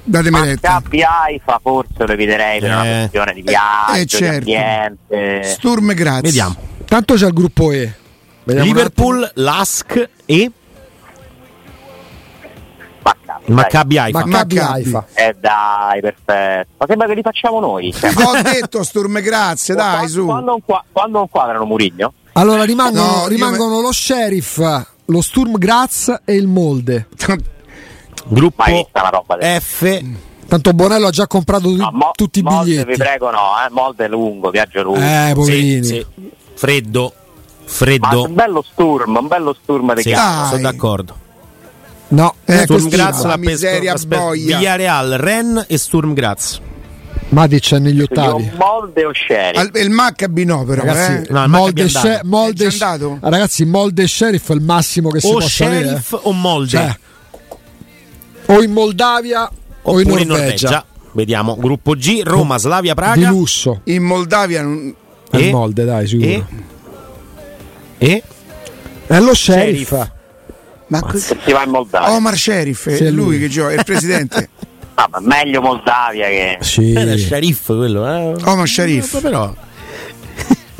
B: datemi retta.
C: Maccabi Haifa forse lo eviterei per una
E: Eh.
C: questione di viaggio,
B: eh, certo.
C: di ambiente.
B: Sturm grazie.
E: Vediamo.
D: Tanto c'è il gruppo E. Vediamo un
E: Liverpool, Lask e
C: Maccabi. dai.
E: Maccabi Haifa.
D: attimo. Maccabi
B: Maccabi.
D: Haifa.
C: Eh dai, perfetto. Ma sembra che li facciamo noi. Cioè,
B: Ho detto Sturm grazie, dai,
C: quando,
B: su.
C: Quando, inqua- quando inquadrano Murigno,
D: Allora rimangono,
B: No, io
D: rimangono lo sheriff, lo Sturm Graz e il Molde.
E: gruppo
C: mai vista una roba del
E: F,
D: Tanto Bonello ha già comprato tu-
E: Ah,
C: No, ah, Mo-
D: tutti i
C: Molde,
D: biglietti.
C: Vi prego, no, eh? Molde è lungo, viaggio lungo.
D: Eh, poverini.
E: Sì, sì. freddo,
C: Ma
E: freddo.
C: un bello sturm, un bello sturm di
E: Sì,
C: chiaro.
B: Dai.
E: sono d'accordo.
D: No,
B: Eh,
D: questo-
E: Sturm Graz,
B: la
E: la
B: miseria boia.
E: Villarreal, Ren e Sturm Graz.
D: Matic è
E: Eh,
D: negli
C: Quindi o
D: ottavi.
C: Molde o Sherry.
B: Al- il Maccabi no però,
D: Ragazzi,
B: eh.
E: No, il
D: Molde,
E: Maccabi è andato.
D: Sce- Molde-
B: È già andato?
D: ragazzi, Molde e Sheriff è il massimo che si
E: O
D: possa avere.
E: Oh, Sheriff o Molde.
D: Cioè, o in Moldavia o in
E: Oppure
D: Norvegia.
E: in Norvegia. Vediamo. Gruppo G, Roma, Slavia,
D: Di
E: Praga.
D: lusso.
B: eh. In Moldavia non-
D: Il
E: E-
D: Molde, dai, sicuro.
E: E, e
D: È lo Sheriff.
E: Sheriff.
B: ma que-
C: Si va in Moldavia.
D: Oh,
B: Omar Sheriff,
D: Sì,
B: è
D: è
B: lui
D: lui.
B: che gioca, è il presidente.
C: Ah, ma meglio Moldavia che.
D: Sì.
E: era Sharif quello, eh?
B: Omar Sharif.
E: Però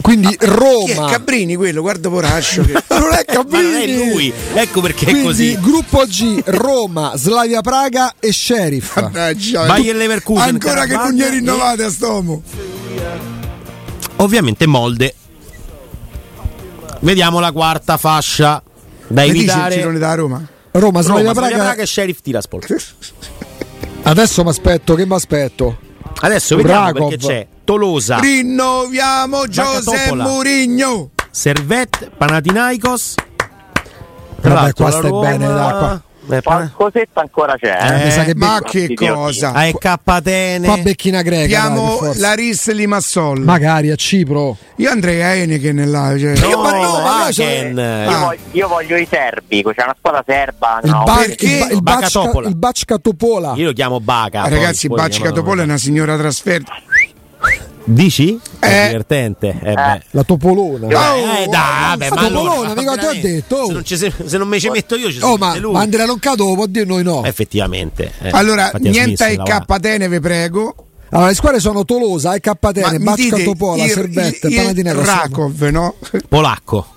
D: Quindi
B: Chi è
D: Roma.
B: Cabrini quello? Guarda Poraccio che
D: non è
E: ma non è
D: Cabrini.
E: lui, ecco perché
D: Quindi
E: è così.
D: gruppo G, Roma, Slavia Praga e Sheriff.
B: Mannaggia,
E: Bayer Leverkusen,
B: Ancora che non gli è
E: Caravan,
B: rinnovate a Stomo.
E: Ovviamente Molde. Vediamo la quarta fascia da
B: Mi dice il
E: evitare.
B: girone da Roma?
E: Roma,
D: Roma, Slavia
E: Slavia
D: Praga.
E: Praga e Sheriff Tiraspol.
D: Adesso mi aspetto, che mi aspetto?
E: Adesso vediamo
D: Vrakov.
E: perché c'è Tolosa,
B: Rinnoviamo José
E: Topola.
B: Mourinho.
E: Servette, Panatinaikos. Tra
D: Vabbè,
E: l'altro
D: qua
E: la
D: stai
E: Roma-
D: bene, dai, qua.
E: Eh, Pan-
C: Qualcosetta ancora c'è. eh.
D: mi sa che
B: Ma
D: be-
B: che
C: Idioti.
B: cosa?
E: AEK Atene.
D: Qua becchina greca. dai, per
B: Abbiamo
D: forza.
B: la Risley Massol.
D: Magari a Cipro.
B: Io andrei a Heineken là. Cioè.
E: No,
B: ma no, ma noi siamo-
E: Aken.
C: Io,
B: Ah.
C: voglio, io voglio i serbi, c'è una squadra serba.
D: Il,
C: no,
D: ba-
B: perché?
D: il, ba- il Bacca-
E: Bacatopola.
D: il Bacca Topola.
E: Io lo chiamo Baca.
B: Ah,
E: poi,
B: Ragazzi,
E: poi
B: Bacica
E: chiamano-
B: Topola è una signora trasferta.
E: Dici?
B: Eh.
E: È divertente. Eh, beh.
D: La Topolona.
E: Eh,
B: Oh,
E: eh, dai, vabbè,
D: sta
E: ma allora,
D: Topolona,
E: ma
D: mica te ho
E: veramente,
D: detto, oh.
E: Se non, ci- se- se non me ci metto io, ci
D: Oh,
E: si
D: ma,
E: mette lui.
D: ma Andrea Loncato lo può dire noi no.
E: Eh, Effettivamente. eh.
B: Allora,
E: Infatti ha
B: niente ai
E: smesso di lavorare.
B: K-Tene, vi prego.
D: Allora, le squadre sono Tolosa, e
B: Ma
D: Catene,
B: mi
D: Bacca
B: dite
D: Topola,
B: il-
D: Servette,
B: il-
D: Panatina
B: il Rakov, no?
E: Polacco.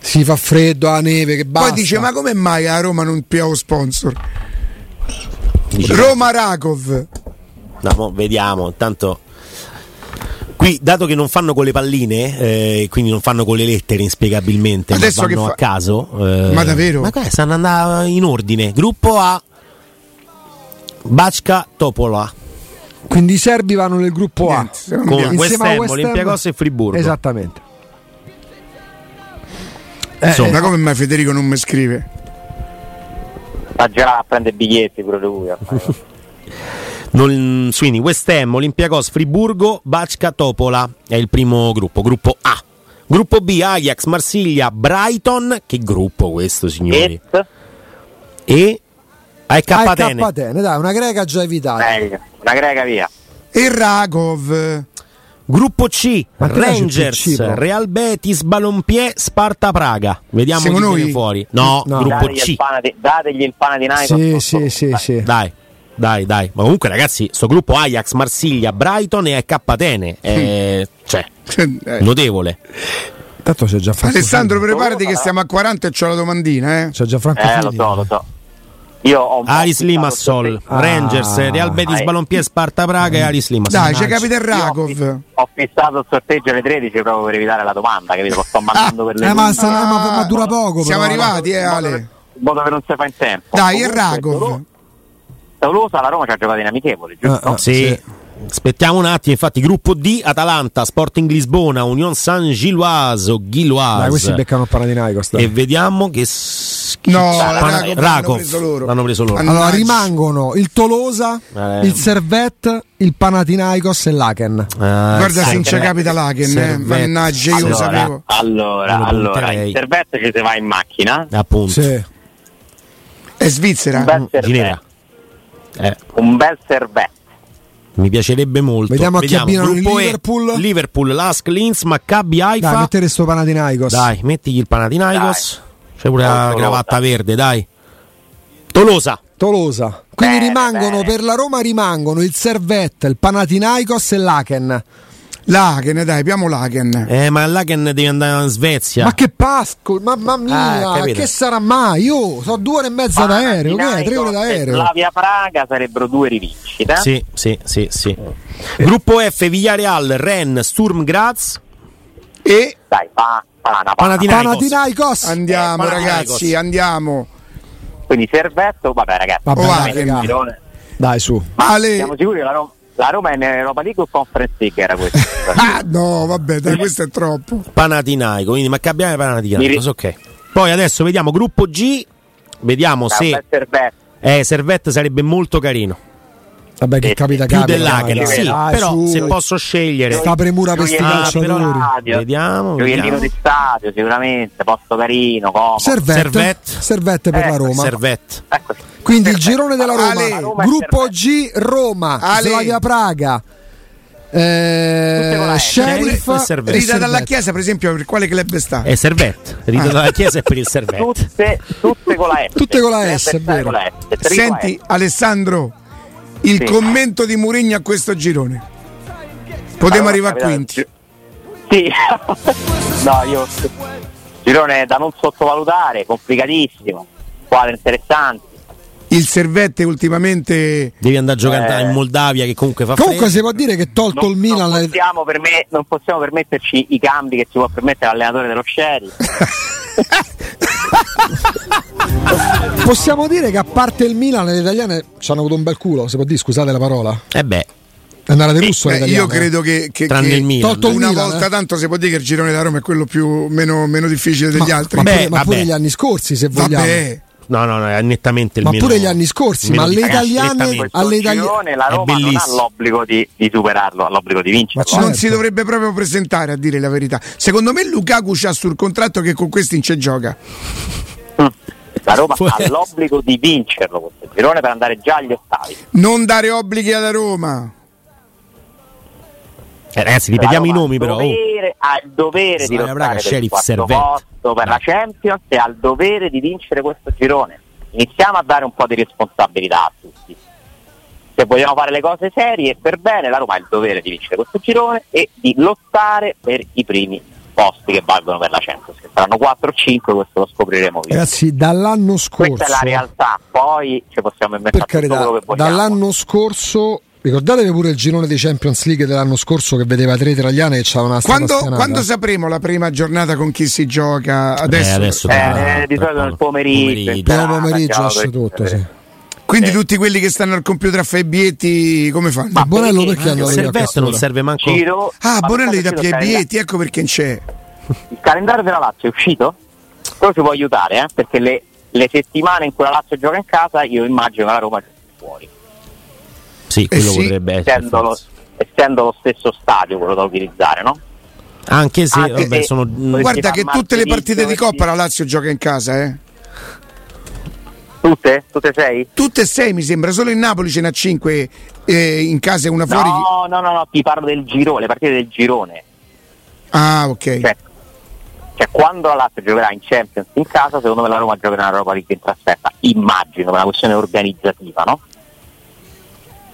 D: Si fa freddo, la neve che basta.
B: Poi dice, ma come mai a Roma non più sponsor?
E: Dici-
B: Roma Rakov.
E: No, mo vediamo, tanto qui dato che non fanno con le palline, eh, quindi non fanno con le lettere inspiegabilmente,
B: Adesso
E: ma
B: che
E: vanno
B: fa-
E: a caso. eh,
B: Ma davvero?
E: Ma qua stanno andando in ordine. Gruppo A Bacca Topola
D: Quindi i serbi vanno nel gruppo A.
B: Niente, non
E: con
B: abbiamo-
E: West
D: Insieme a
E: Ham,
D: West Ham- Esatto.
E: Olimpia Costa e Friburgo.
D: Esattamente.
E: Insomma,
B: Ma come mai Federico non mi scrive?
C: Sta già a prendere biglietti pure lui. ormai.
E: non- quindi West Ham, Olimpia Costa, Friburgo, Bacca Topola è il primo gruppo, gruppo A. Gruppo B Ajax, Marsiglia, Brighton, che gruppo questo, signori?
C: Et,
E: E AEK
D: Ah, e
E: Atene.
D: Catene, dai, una greca già evitata.
C: meglio, una greca via.
B: E Rakov.
E: Eh. Gruppo C,
D: Ma che là c'è più
E: Rangers,
D: Cipro?
E: Real Betis, Balompié, Sparta Praga. Vediamo
B: Siamo
E: chi
B: noi?
E: viene fuori. No,
D: No.
E: gruppo
C: Dategli
E: C.
C: il, pana di, dategli il pana di Nike.
D: Sì, sì, sì, sì.
E: Dai, dai, dai. Ma comunque ragazzi, sto gruppo Ajax, Marsiglia, Brighton e AEK Atene. Eh, cioè,
B: Eh,
E: notevole.
D: Tanto c'è già Franco
B: Alessandro,
D: Fini.
B: preparati che siamo a 40 e c'ho la domandina, eh.
E: Cioè,
D: C'è già Franco
C: Eh, lo
D: Fini.
C: so, lo so. Io ho un po'
E: Aris
C: fissato
E: Limassol,
C: sul
D: Ah.
E: Rangers, eh, Real Betis,
C: Dai.
E: Balompié, Sparta Praga e Aris Limassol.
B: Dai, c'è capita il
C: sorteggio. Io ho
B: Rakov.
C: fiss- Ho fissato il sorteggio alle 13 proprio per evitare la domanda, capito? Lo sto mandando per le
D: Eh, ma,
C: lunghe.
D: sta- ma- ma dura poco.
B: Ah, Siamo
D: però.
B: arrivati, eh,
C: In modo che-
B: Ale.
C: in modo che non si fa in tempo.
B: Dai, il
C: Comunque,
B: Rakov.
C: Tolo- Tolosa alla Roma ci ha giocato in amichevoli, giusto?
D: Ah, ah,
E: Eh, Sì.
D: sì.
E: Aspettiamo un attimo, infatti, gruppo D, Atalanta, Sporting Lisbona, Union San Gilloise o Gilloise.
D: Dai, questi beccano a Panathinaikos. dai.
E: E vediamo che. s- chi-
B: No,
E: Pana-
B: la Rakov l'hanno preso loro.
E: L'hanno preso loro.
B: Hanno-
D: Allora
B: Mannaggia.
D: rimangono il Tolosa,
E: Eh.
D: il Servette, il Panathinaikos e l'Aken.
E: Ah,
B: Guarda
E: sì.
B: se non ci capita l'Aken, eh.
E: Servette.
B: mannaggia, io lo
E: Allora,
B: sapevo.
C: Allora,
E: Lo
C: allora,
E: punterei.
C: il servetto ci si va in macchina.
E: Appunto.
D: Sì.
B: È Svizzera?
C: Un bel servetto.
E: Mm, Ginevra. Eh,
C: Un bel servetto.
E: mi piacerebbe molto.
D: Vediamo a chi abbinano il
E: gruppo E,
D: Liverpool.
E: Liverpool, Lask, Linz, Maccabi, Haifa.
D: Dai, mettere sto Panathinaikos.
E: Dai, mettigli il Panathinaikos. C'è pure la
C: Tolosa.
E: cravatta verde, dai. Tolosa.
D: Tolosa. Quindi
C: Bene,
D: rimangono
C: bene.
D: per la Roma rimangono il Servette, il Panathinaikos e l'Aken.
B: L'Aken, dai, abbiamo l'Aken.
E: Eh, ma là che ne devi andare in Svezia.
D: Ma che pasco, mamma
E: Ah,
D: mia,
E: capito.
D: che sarà mai? Io so due ore e mezza d'aereo, che è? tre ore d'aereo.
C: Slavia Praga sarebbero due rivincite.
E: Eh? Sì, sì, sì, sì. Gruppo F, Villareal, Ren, Sturm Graz.
B: E
C: Dai, pa- pana, pana.
E: Panathinaikos.
D: Panathinaikos.
B: andiamo,
E: Eh,
B: ragazzi,
E: Panathinaikos.
B: andiamo.
C: Quindi servetto, vabbè ragazzi.
D: Vabbè,
B: Oh,
C: veramente
B: dai,
C: un
B: raga.
C: girone.
D: Dai, su.
C: Ma
B: Ale.
C: siamo sicuri che la Roma, la Roma è in Europa League o Conference League era questa?
B: Ah, no, vabbè,
E: Eh.
B: dai, questo è troppo.
E: Panathinaiko, quindi Maccabi e Panathinaikos,
C: Mi
E: ok. Poi adesso vediamo gruppo G, vediamo
C: Ah, Un
E: se
C: bel servetto.
E: eh, Servette sarebbe molto carino,
D: Vabbè, che
C: Eh,
D: capita
E: più
D: capita,
E: dell'Aken,
D: dai,
E: sì,
D: dai,
E: però
D: su.
E: se posso scegliere
D: Sta premura per sti
E: Ah,
D: calciatori.
E: però-
D: Oh,
E: Vediamo,
C: Gioiellino
E: vediamo.
C: di stadio sicuramente, posto carino, comodo.
D: Servette,
E: Servette.
D: Servette per
C: Eh,
D: la Roma.
E: Servette.
C: Ecco.
D: Quindi il
C: Perfetto.
D: girone della Roma,
B: Ale. La
C: Roma è
D: gruppo
C: Servette.
D: G Roma,
B: Ale.
D: Slavia Praga,
C: Tutte con
D: eh,
C: la S.
D: Sheriff
E: Sheriff e Servette.
D: e
B: Rita dalla
D: Servette.
B: Chiesa, per esempio, per quale club sta?
E: È Eh, Servette, ridono dalla chiesa è per il Servette.
C: Tutte, tutte con la S.
D: Tutte con la
C: Tre
D: S, è
C: avversari
D: vero.
C: con la S, tre
B: Senti,
C: con
B: Alessandro, il
C: Sì.
B: commento di Mourinho a questo girone.
C: la S.
B: Potremmo arrivare a
C: Allora,
B: quinti.
C: capitano, Sì. no, io girone da non sottovalutare, complicatissimo. Quadre interessanti.
B: Il Servette ultimamente
E: Devi andare a giocare
C: Eh.
E: in Moldavia che comunque fa
D: Comunque si
E: freddo.
D: può dire che tolto
C: Non,
D: il Milan
C: non
D: la-
C: possiamo perme- non possiamo permetterci i cambi che si può permettere l'allenatore dello Sherry.
D: possiamo dire che a parte il Milan le italiane ci hanno avuto un bel culo, si può dire, scusate la parola.
E: Eh beh,
D: Andare di russo
B: Beh,
D: le italiane.
B: io credo che, che-
E: eh. Tranne
B: che
E: il Milan.
D: Tolto il
B: una
D: Milan,
B: volta
D: eh.
B: tanto si può dire che il girone della Roma è quello più, meno, meno difficile degli
D: ma,
B: altri.
D: ma
E: Beh,
D: pure, ma pure
E: vabbè.
D: gli anni scorsi se vogliamo.
B: Vabbè,
E: no, no, no, è nettamente il
D: Ma
E: meno-
D: pure gli anni scorsi,
E: meno
D: ma
E: di-
D: le
E: ragazzi,
D: italiane-
E: nettamente.
C: Questo
D: alle Itali-
C: girone la
E: È
C: Roma non ha
E: bellissimo.
C: l'obbligo di, di superarlo, ha l'obbligo di vincerlo.
D: Ma
B: non
D: certo.
B: si dovrebbe proprio presentare a dire la verità. Secondo me Lukaku c'ha sul contratto che con questi in ce gioca.
C: La Roma
E: Può
C: ha
E: essere.
C: l'obbligo di vincerlo questo girone per andare già agli ottavi.
B: Non dare obblighi alla Roma.
E: Eh, ragazzi, ripetiamo i
C: La Roma
E: nomi però.
C: Ha il
E: oh.
C: dovere, ha il dovere di
E: Slavia
C: lottare
E: Praga,
C: per il
E: Sheriff,
C: quarto
E: Servette.
C: posto per la Champions e ha il dovere di vincere questo girone. Iniziamo a dare un po' di responsabilità a tutti. Se vogliamo fare le cose serie e per bene, la Roma ha il dovere di vincere questo girone e di lottare per i primi posti che valgono per la Champions. Che saranno 4 o 5, questo lo scopriremo via.
D: Ragazzi, dall'anno scorso
C: Questa è la realtà, poi ci possiamo
D: per
C: inventare Eh, tutto
D: carità,
C: quello che vogliamo.
D: dall'anno scorso ricordatevi pure il girone di Champions League dell'anno scorso che vedeva tre italiane che c'avevano una strada
B: Quando,
D: spianata.
B: quando sapremo la prima giornata con chi si gioca adesso?
E: Eh, adesso
C: Eh, di solito nel pomeriggio, in
D: Dopo
C: serata,
D: pomeriggio
C: diciamo,
D: esce
C: per-
D: tutto, sì.
B: Quindi
C: Eh.
B: tutti quelli che stanno al computer a fare i biglietti, come fanno?
D: Ma Bonello perché
C: perché
D: hanno
E: Il Servette non serve manco.
C: Giro.
B: ah,
C: Ma
B: Bonello gli
C: pensate
B: tappia i
C: che
B: biglietti, ecco perché non c'è.
C: Il calendario della Lazio è uscito? Però ci può aiutare, eh, perché le, le settimane in cui la Lazio gioca in casa, io immagino che la Roma giochi fuori.
E: Sì,
D: Eh
E: quello
B: sì,
E: potrebbe essere.
C: Essendo lo,
E: forse.
C: essendo lo stesso stadio quello da utilizzare, no?
E: Anche se,
C: Anche
E: vabbè,
C: se-
E: sono. mm,
B: Guarda
C: fa
B: che tutte le
C: martedì,
B: partite di
C: giovedì.
B: Coppa la Lazio gioca in casa, eh.
C: Tutte? Tutte sei?
B: Tutte e sei mi sembra, solo in Napoli ce n'ha cinque eh, in casa e una fuori.
C: No, no, no, no, ti parlo del girone, le partite del girone.
B: Ah, ok.
C: Cioè, cioè, quando la Lazio giocherà in Champions in casa, secondo me la Roma giocherà in Europa League in trasferta. Immagino, per una questione organizzativa, no?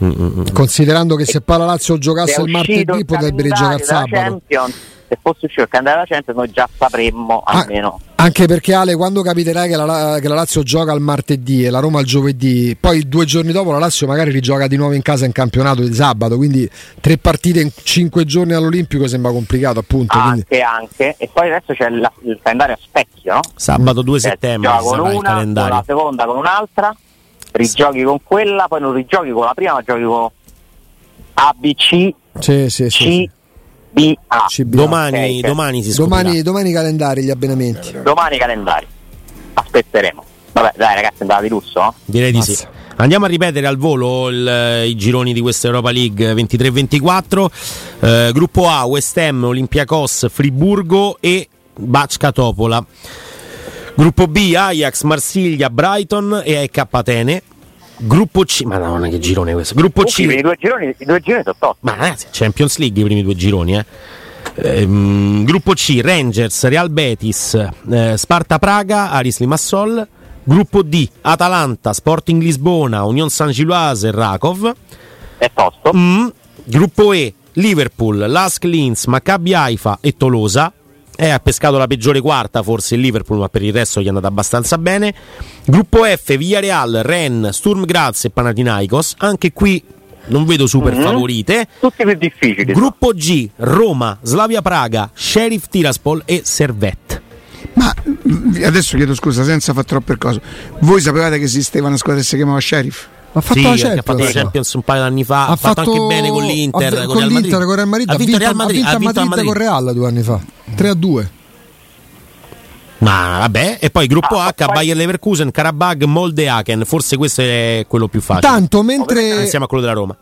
E: mm, mm, mm.
D: Considerando che se Pala Lazio
C: Se
D: giocasse
C: è
D: il
C: uscito
D: martedì potrebbe
C: calendario
D: rigiocare
C: della
D: sabato.
C: Champions, se fosse uscito il calendario della Champions noi già sapremmo
D: Ah,
C: almeno
D: anche perché Ale, quando capiterai che la, che la Lazio gioca il martedì e la Roma il giovedì, poi due giorni dopo la Lazio magari rigioca di nuovo in casa in campionato di sabato, quindi tre partite in cinque giorni all'Olimpico sembra complicato
C: Ah,
D: appunto. quindi-
C: anche anche e poi adesso c'è la- il calendario a specchio no?
E: Sabato 2
C: Cioè,
E: settembre
C: gioca
E: ci
C: con
E: sarà
C: una
E: il
C: con la
E: calendario.
C: seconda con un'altra rigiochi con quella poi non rigiochi con la prima ma giochi con ABC,
D: Sì, Eh sì, sì, sì.
C: BA.
D: CBA.
E: Domani,
C: Ok, ok.
E: domani si scoprirà.
D: Domani, domani calendari gli abbonamenti.
C: Domani calendari. Aspetteremo. Vabbè, dai ragazzi, andate di lusso? eh. no?
E: Direi di sì.
D: Mazza.
E: Andiamo a ripetere al volo il- eh, i gironi di questa Europa League 23-24. Eh, gruppo A, West Ham, Olympiacos, Friburgo e Bacca Topola. Gruppo B, Ajax, Marsiglia, Brighton e AEK Atene. Gruppo C, madonna che girone questo. Gruppo
C: Comunque, I primi
E: C,
C: due gironi, i due gironi sono tosti.
E: ma ragazzi, Champions League i primi due gironi, eh. Ehm, gruppo C, Rangers, Real Betis, eh, Sparta Praga, Aris Limassol. Gruppo D, Atalanta, Sporting Lisbona, Union San Giloise e Rakov.
C: È tosto.
E: Mm, gruppo E, Liverpool, Lask Linz, Maccabi Haifa e Tolosa. Eh, ha pescato la peggiore quarta forse il Liverpool, ma per il resto gli è andata abbastanza bene. Gruppo F, Villarreal, Ren, Sturm Graz e Panathinaikos. Anche qui non vedo super favorite.
C: Tutti più difficili.
E: Gruppo G, Roma, Slavia Praga, Sheriff Tiraspol e Servette.
B: Ma mm, adesso chiedo scusa, senza far troppo per caso. Voi sapevate che esisteva una squadra che si chiamava Sheriff? Ah,
D: Ha fatto
E: Sì,
D: la
E: perché ha fatto la
D: Champions.
E: Champions un paio d'anni fa, ha, fatto, anche bene con l'Inter,
D: ha vi-
E: con, il Real
D: l'Inter, con il Real Madrid,
E: Ha vinto il Real Mm.
D: ha
E: Madrid,
D: vinto
E: ha vinto il
D: a Madrid con Real due anni fa, 3 a 2.
E: Ma vabbè, e poi gruppo
C: Ah,
E: H,
C: poi-
E: Bayer Leverkusen, Karabag, Molde, Haken. Forse questo è quello più facile.
D: Tanto mentre
E: Pensiamo a quello della Roma.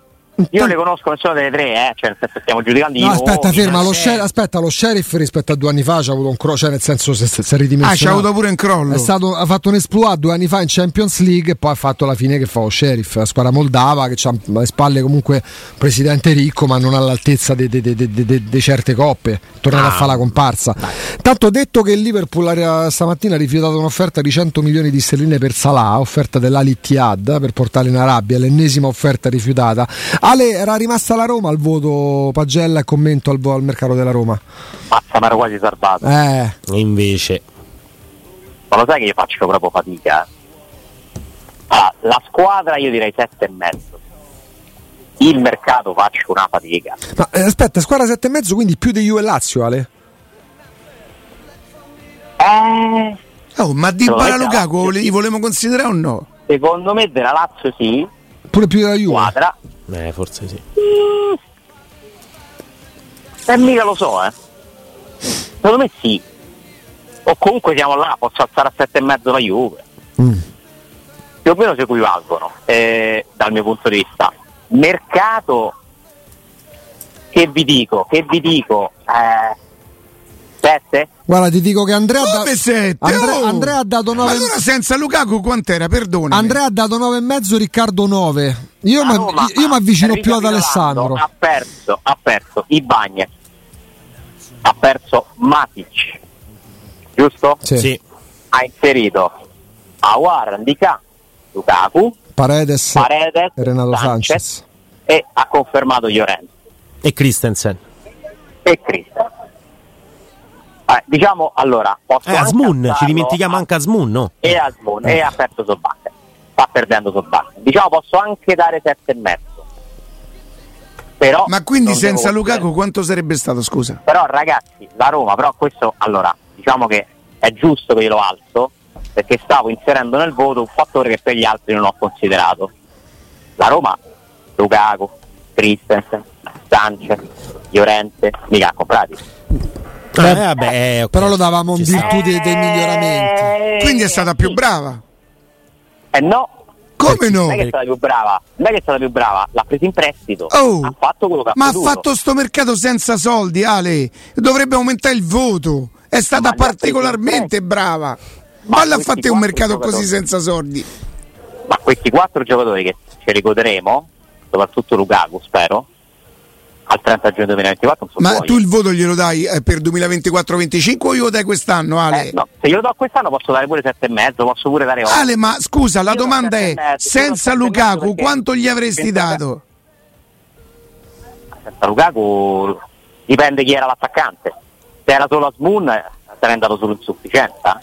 C: Io le conosco nessuna delle tre, eh. Cioè, nel senso, stiamo giudicando
D: No,
C: io.
D: aspetta, ferma, lo
E: eh.
D: sher- aspetta, lo sheriff rispetto a due anni fa c'ha avuto un croce, nel senso se si è
B: Ah, c'è
D: ridimensionato.
B: avuto pure un crollo.
D: È stato- ha fatto un esploit due anni fa in Champions League e poi ha fatto la fine che fa lo sheriff, la squadra moldava che ha alle spalle comunque un presidente ricco ma non all'altezza di certe coppe, tornare a
E: Ah.
D: fare la comparsa. Tanto detto che il Liverpool ha- stamattina ha rifiutato un'offerta di 100 milioni di sterline per Salah, offerta dell'Al-Ittihad per portare in Arabia, l'ennesima offerta rifiutata. Ale era rimasta la Roma al voto Pagella e commento al, vo- al mercato della Roma.
C: Mazza, mi ero quasi salvato.
D: Eh,
E: E invece,
C: Ma lo sai che io faccio proprio fatica. Allora, la squadra io direi sette e mezzo. Il mercato faccio una fatica.
D: ma eh, aspetta, squadra 7 e mezzo, quindi più di Juve e Lazio, Ale.
C: Eh,
B: Oh, ma di
C: Lo
B: Bara
C: vedi,
B: Lukaku
C: Lazio?
B: li volevamo considerare o no?
C: secondo me della Lazio sì,
D: Pure più della Juve.
C: squadra.
E: eh, forse sì.
C: E mica lo so, eh. Secondo me sì. O comunque siamo là, posso alzare a sette e mezzo la Juve.
D: Mm.
C: Più o meno si equivalgono, eh, dal mio punto di vista. Mercato, che vi dico, che vi dico, eh, sette?
D: Guarda, ti dico che Andrea, ha da-
B: Come sette?
D: Andrea,
B: Oh!
D: Andrea ha dato
B: Ma
D: 9
B: allora senza Lukaku quant'era? Perdona.
D: Andrea ha dato 9 e mezzo, Riccardo 9. Io,
C: La
D: mi-
C: Roma
D: io mi
C: ha-
D: avvicino
C: Enrico
D: più ad
C: Milando
D: Alessandro.
C: Ha perso, ha perso i Bagnes, ha perso Matic, giusto?
D: Sì.
E: Sì.
C: Ha inserito Awar, Ndika, Lukaku
D: Paredes,
C: Paredes,
D: e Renato Sanchez.
C: Sanchez. e ha confermato Llorente
E: E Christensen.
C: e Cristo. Eh, diciamo allora, posso
E: Eh,
C: anche
E: Asmun, ci
C: alzarlo
E: dimentichiamo
C: a-
E: anche Asmun, no?
C: e Asmun e ha perso Sobacca. Sta perdendo Sobacca. Diciamo posso anche dare sette e mezzo. Però
B: Ma quindi
C: non devo
B: senza
C: considerare-
B: Lukaku quanto sarebbe stato, scusa?
C: Però ragazzi, la Roma, però questo allora, diciamo che è giusto che io lo alzo perché stavo inserendo nel voto un fattore che per gli altri non ho considerato. La Roma, Lukaku, Christensen, Sanchez, Llorente, mica ha comprati.
E: Eh, vabbè, eh, ok.
D: Però lo davamo
E: Ci
D: in
E: sta.
D: virtù dei, dei
B: Eh.
D: miglioramenti.
B: Quindi è stata più brava.
C: Eh no,
B: Come no?
C: non è che è stata più brava, non è che è stata più brava, l'ha preso in prestito,
B: Oh,
C: ha fatto quello che ha
B: ma ha
C: potuto.
B: fatto sto mercato senza soldi, Ale. Dovrebbe aumentare il voto. È
C: Ma
B: stata
C: gli altri
B: particolarmente
C: sono-
B: brava.
C: Ma
B: Ma l'ha
C: questi
B: fatto
C: quattro
B: un mercato
C: giocatori-
B: così senza soldi.
C: Ma questi quattro giocatori che ci ricorderemo, soprattutto Lukaku spero, al 30 giugno 2024 non sono
B: Ma
C: tuoi.
B: tu il voto glielo dai eh, per 2024-25 o io lo dai quest'anno, Ale?
C: Eh, no, se glielo do quest'anno posso dare pure 7 e mezzo, posso pure dare 8.
B: Ale, ma scusa, la
C: Io
B: domanda è:
C: non sento mezzo, io non
B: senza
C: sento mezzo
B: Lukaku
C: perché-
B: quanto gli avresti
C: senza-
B: dato?
C: Senza Lukaku dipende chi era l'attaccante. Se era solo Asmun eh, sarebbe andato solo in sufficienza.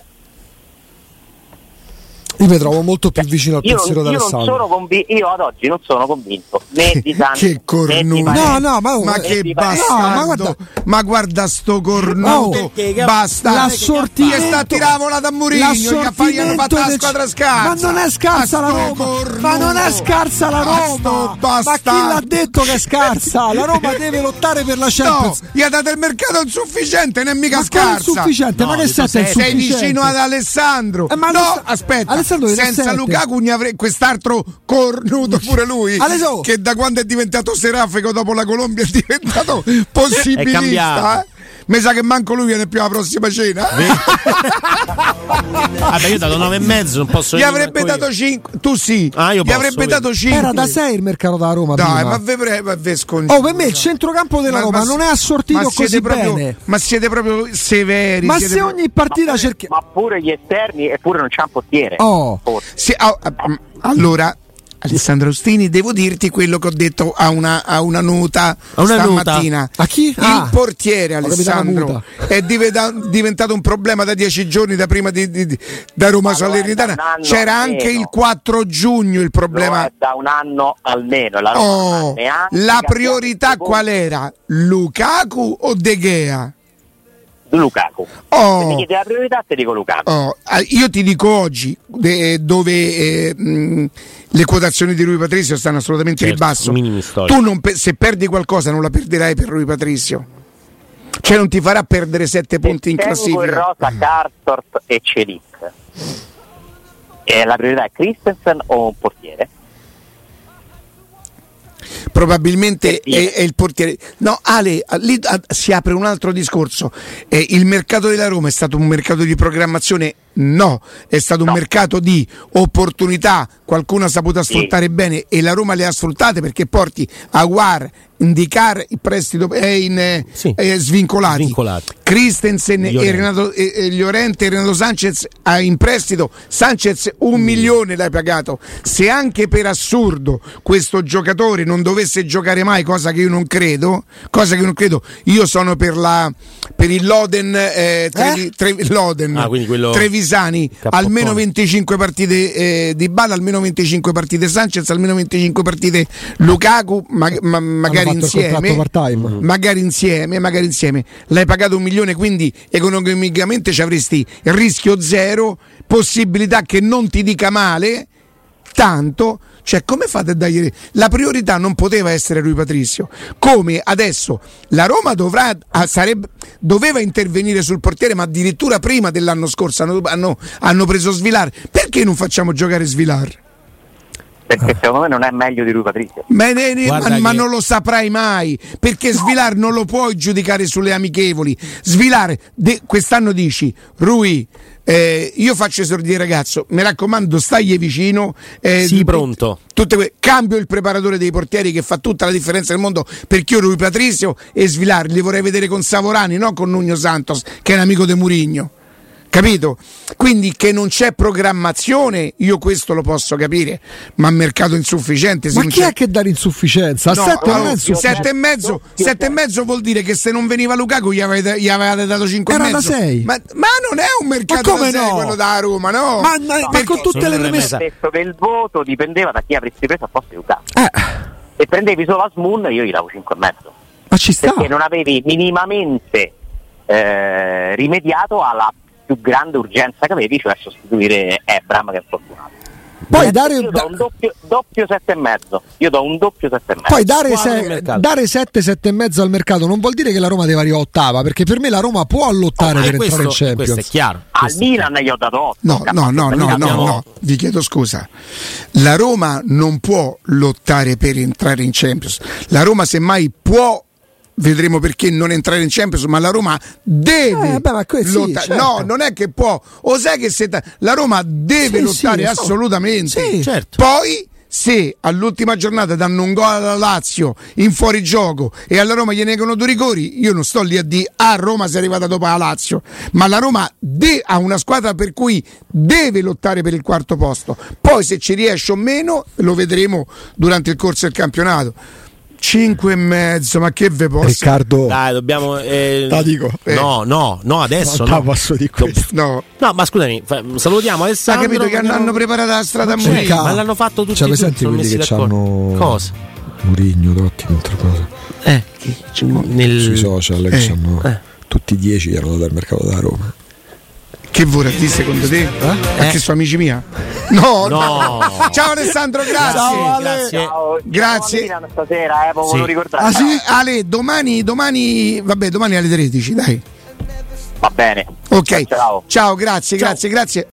D: Io mi trovo molto
B: Cioè,
D: più vicino al
C: Io, non-
D: pensiero
C: io non
D: d'Alessandro.
C: sono convi- io ad oggi non sono convinto né di Santi
B: Che
C: né di
B: cornuto.
C: Paredes.
D: No, no, ma-
B: Ma
D: Eh,
B: che
C: mi pare-
D: No, ma
B: bastardo.
D: guarda-
B: Ma guarda sto cornuto.
D: Oh,
E: perché che-
B: Basta.
D: la
B: Che
D: sortimento-
B: gli sta a tirare la vola da Murigno. Gli ha fa- gli hanno fatto la
D: del-
B: squadra scarsa.
D: Ma non è scarsa
B: A
D: la
B: sto
D: Roma!
B: cornuto.
D: Ma non è scarsa la
B: A
D: Roma!
B: sto
D: Ma chi
B: bastardo.
D: l'ha detto che è scarsa? La Roma deve lottare per la
B: No,
D: Champions.
B: gli ha dato il mercato insufficiente, non è mica
D: ma quale
B: scarsa.
D: insufficiente? ma
E: No,
D: che
E: dico
D: sette è
E: sette.
B: Sei
D: insufficiente?
B: vicino ad Alessandro.
D: Eh, ma
B: no,
D: Aless-
B: aspetta.
D: Alessandro era
B: Senza
D: sette.
B: Lukaku ne avrei quest'altro cornuto pure lui.
D: Alessandro.
B: Che da quando è diventato serafico dopo la Colombia è diventato
E: È cambiato.
B: possibilista. eh. Mi sa che manco lui viene più alla prossima cena.
E: Vabbè, io ho dato 9 e mezzo, non posso
B: Gli
E: dire
B: avrebbe
E: manco ecco io.
B: dato 5. Tu sì.
E: Ah, io
B: Gli
E: posso,
B: avrebbe
E: vedi.
B: dato 5.
D: Era da 6 il mercato della Roma.
B: Dai,
D: prima.
B: ma ve, ve, ve scongiuro.
D: Oh, per me il centrocampo della
B: Ma-
D: Roma
B: ma-
D: non è assortito
B: ma
D: così
B: siete proprio-
D: bene.
B: Ma siete proprio severi.
D: Ma
B: siete
D: se
B: pro-
D: ogni partita cerca.
C: ma pure gli esterni eppure non c'è un portiere
D: Oh.
C: Forse.
B: Sì, ah, ah, ah, allora, Alessandro Austini, devo dirti quello che ho detto a una, a una nuta
E: A una nuta?
B: stamattina.
D: A chi? Ah.
B: Il portiere,
D: Ho capito, una
B: Alessandro, è diventa- diventato un problema da dieci giorni da prima di, di- di- da Roma
C: Ma lo è da
B: Salernitana.
C: un anno
B: C'era
C: almeno.
B: anche il 4 giugno il
C: Lo
B: problema.
C: è da un anno almeno la, Roma
B: Oh,
C: non ha neanche
B: la
C: cambiato
B: priorità
C: il secondo
B: qual era? Lukaku o De Gea?
C: di Lukaku
B: Oh.
C: se mi chiedi la priorità ti dico Lukaku
B: Oh, ah, io ti dico oggi de- dove eh, mh, le quotazioni di Rui Patrizio stanno assolutamente in
E: Certo,
B: basso.
E: minimi storici.
B: Tu non pe- se perdi qualcosa non la perderai per Rui Patrizio. Cioè non ti farà perdere sette punti in
C: Se tengo in
B: classifica.
C: rosa Cartort e Celic e la priorità è Christensen o un portiere
E: Eh,
B: Probabilmente
C: Per dire.
B: è, è il portiere. No, Ale, ah, lì ah, si apre un altro discorso. Eh, il mercato della Roma è stato un mercato di programmazione? No, è stato un mercato di opportunità. Qualcuno ha saputo sfruttare bene e la Roma le ha sfruttate perché porti Aguar, Indicar, il prestito è in, eh,
E: Sì.
B: eh, svincolati.
E: Svincolati.
B: Christensen e
E: Llorente.
B: Renato, e- e Llorente e Renato Sanchez ah, in prestito. Sanchez
E: Mm.
B: un milione l'hai pagato. Se anche per assurdo questo giocatore non dovesse giocare mai, cosa che io non credo, cosa che io non credo, io sono per, la, per il Loden, eh, Trevi-
D: Eh?
B: Trevi- Loden
E: Ah, quindi quello-
B: Trevisani,
E: Cappottone.
B: almeno 25 partite eh, di Bala, almeno 25 partite Sanchez, almeno 25 partite Lukaku, ma- ma- magari
D: fatto il
B: insieme Mm.
D: contratto part-time.
B: magari insieme, magari insieme. L'hai pagato un milione, quindi economicamente ci avresti il rischio zero, possibilità che non ti dica male, tanto. Cioè, come fate a dargli la priorità? Non poteva essere lui Patrizio. Come adesso la Roma dovrà, ah, sareb- doveva intervenire sul portiere, ma addirittura prima dell'anno scorso hanno, hanno- hanno preso Svilar. Perché non facciamo giocare Svilar?
C: perché secondo me non è meglio di lui Patrizio
B: Ma, ne- ne-
E: Guarda
B: ma- ma
E: che-
B: non lo saprai mai perché Svilar non lo puoi giudicare sulle amichevoli. Svilar, de- quest'anno dici Rui. eh, io faccio esordire il ragazzo, mi raccomando, stagli vicino. eh,
E: Sì, pronto.
B: tutte que- cambio il preparatore dei portieri che fa tutta la differenza del mondo perché io Rui Patrizio e Svilar li vorrei vedere con Savorani, non con Nuno Santos, che è un amico di Murigno. Capito? Quindi che non c'è programmazione, io questo lo posso capire, ma mercato insufficiente. se
D: Ma
B: non
D: chi
B: c'è-
D: è che dà l'insufficienza? A
B: No,
D: 7 non
B: allora,
D: è insufficiente.
B: sette e mezzo,
C: Io-
B: sette e mezzo vuol dire che se non veniva Lukaku gli avevate, gli avevate dato 5
D: Era
B: e
D: da
B: mezzo.
D: sei.
B: Ma, ma non è un mercato
D: Ma come
B: da sei
D: no?
B: quello da Roma, no?
D: Ma, ma- ma
C: perché
D: con tutte
E: sono
D: le
E: delle mezze.
D: premesse.
C: detto che il voto dipendeva da chi avresti preso a posto di Lukaku
D: Eh,
C: se prendevi solo Asmun io gli davo 5 e mezzo
D: ma ci sta.
C: perché non avevi minimamente eh, rimediato alla più grande urgenza che avevi, cioè sostituire Ebram che è fortunato.
D: Poi
C: Io
D: dare,
C: do un doppio, doppio sette e mezzo. Io do un doppio sette e mezzo.
D: Poi dare,
E: Quadro
D: se-
E: di mercato.
D: dare 7, 7 e mezzo al mercato non vuol dire che la Roma deve arrivare ottava, perché per me la Roma può lottare
E: Ah,
D: per
E: questo,
D: entrare in
E: questo è
D: Champions.
E: chiaro.
C: Al
E: Questo-
C: Milan gli ho dato 8.
B: No, no, no, no, no,
E: abbiamo-
B: no, vi chiedo scusa. La Roma non può lottare per entrare in Champions. La Roma semmai può, vedremo perché non entrare in Champions, ma la Roma deve
D: Eh, beh, ma que- sì,
B: lotta-
D: certo.
B: No, non è che può. O sai che se ta- la Roma deve
D: Sì,
B: lottare
D: sì, lo so.
B: assolutamente.
D: Sì.
E: Certo.
B: Poi se all'ultima giornata danno un gol alla Lazio in fuorigioco e alla Roma gli negano due rigori, io non sto lì a dire a Roma si è arrivata dopo la Lazio, ma la Roma de- ha una squadra per cui deve lottare per il quarto posto. Poi se ci riesce o meno lo vedremo durante il corso del campionato. 5 e mezzo, ma che ve posso
D: Riccardo,
E: Dai, dobbiamo. eh,
B: La dico, eh.
E: No, no, no, adesso.
D: No,
E: No,
D: passo di questo.
B: No,
E: No, ma scusami, fa- salutiamo
B: ha
E: Alessandro. Eh,
B: capito che hanno, hanno preparato la strada a
D: Sì.
B: morire.
D: Ca-
E: Ma l'hanno fatto tutti.
D: Cioè,
E: tutti,
D: presenti
E: sono
D: quelli
E: messi
D: che
E: d'accordo.
D: c'hanno-
E: Cosa?
D: Murigno, Totti, mentre cosa.
E: Eh,
F: sui
E: nel...
F: social
B: eh,
F: che sono
E: eh.
F: tutti i dieci erano dal mercato da Roma.
B: Che vorrà dire secondo te? Ma
E: Eh.
B: che sono amici mia? No,
E: No.
B: Ciao Alessandro, grazie.
E: Grazie.
C: Ciao,
B: Grazie.
C: siamo a Milan stasera, eh,
E: Sì.
C: volevo ricordare.
B: Ah sì, Ale, domani, domani, vabbè, domani alle 13, dai.
C: Va bene.
B: Ok.
C: Ciao.
B: grazie, grazie, grazie.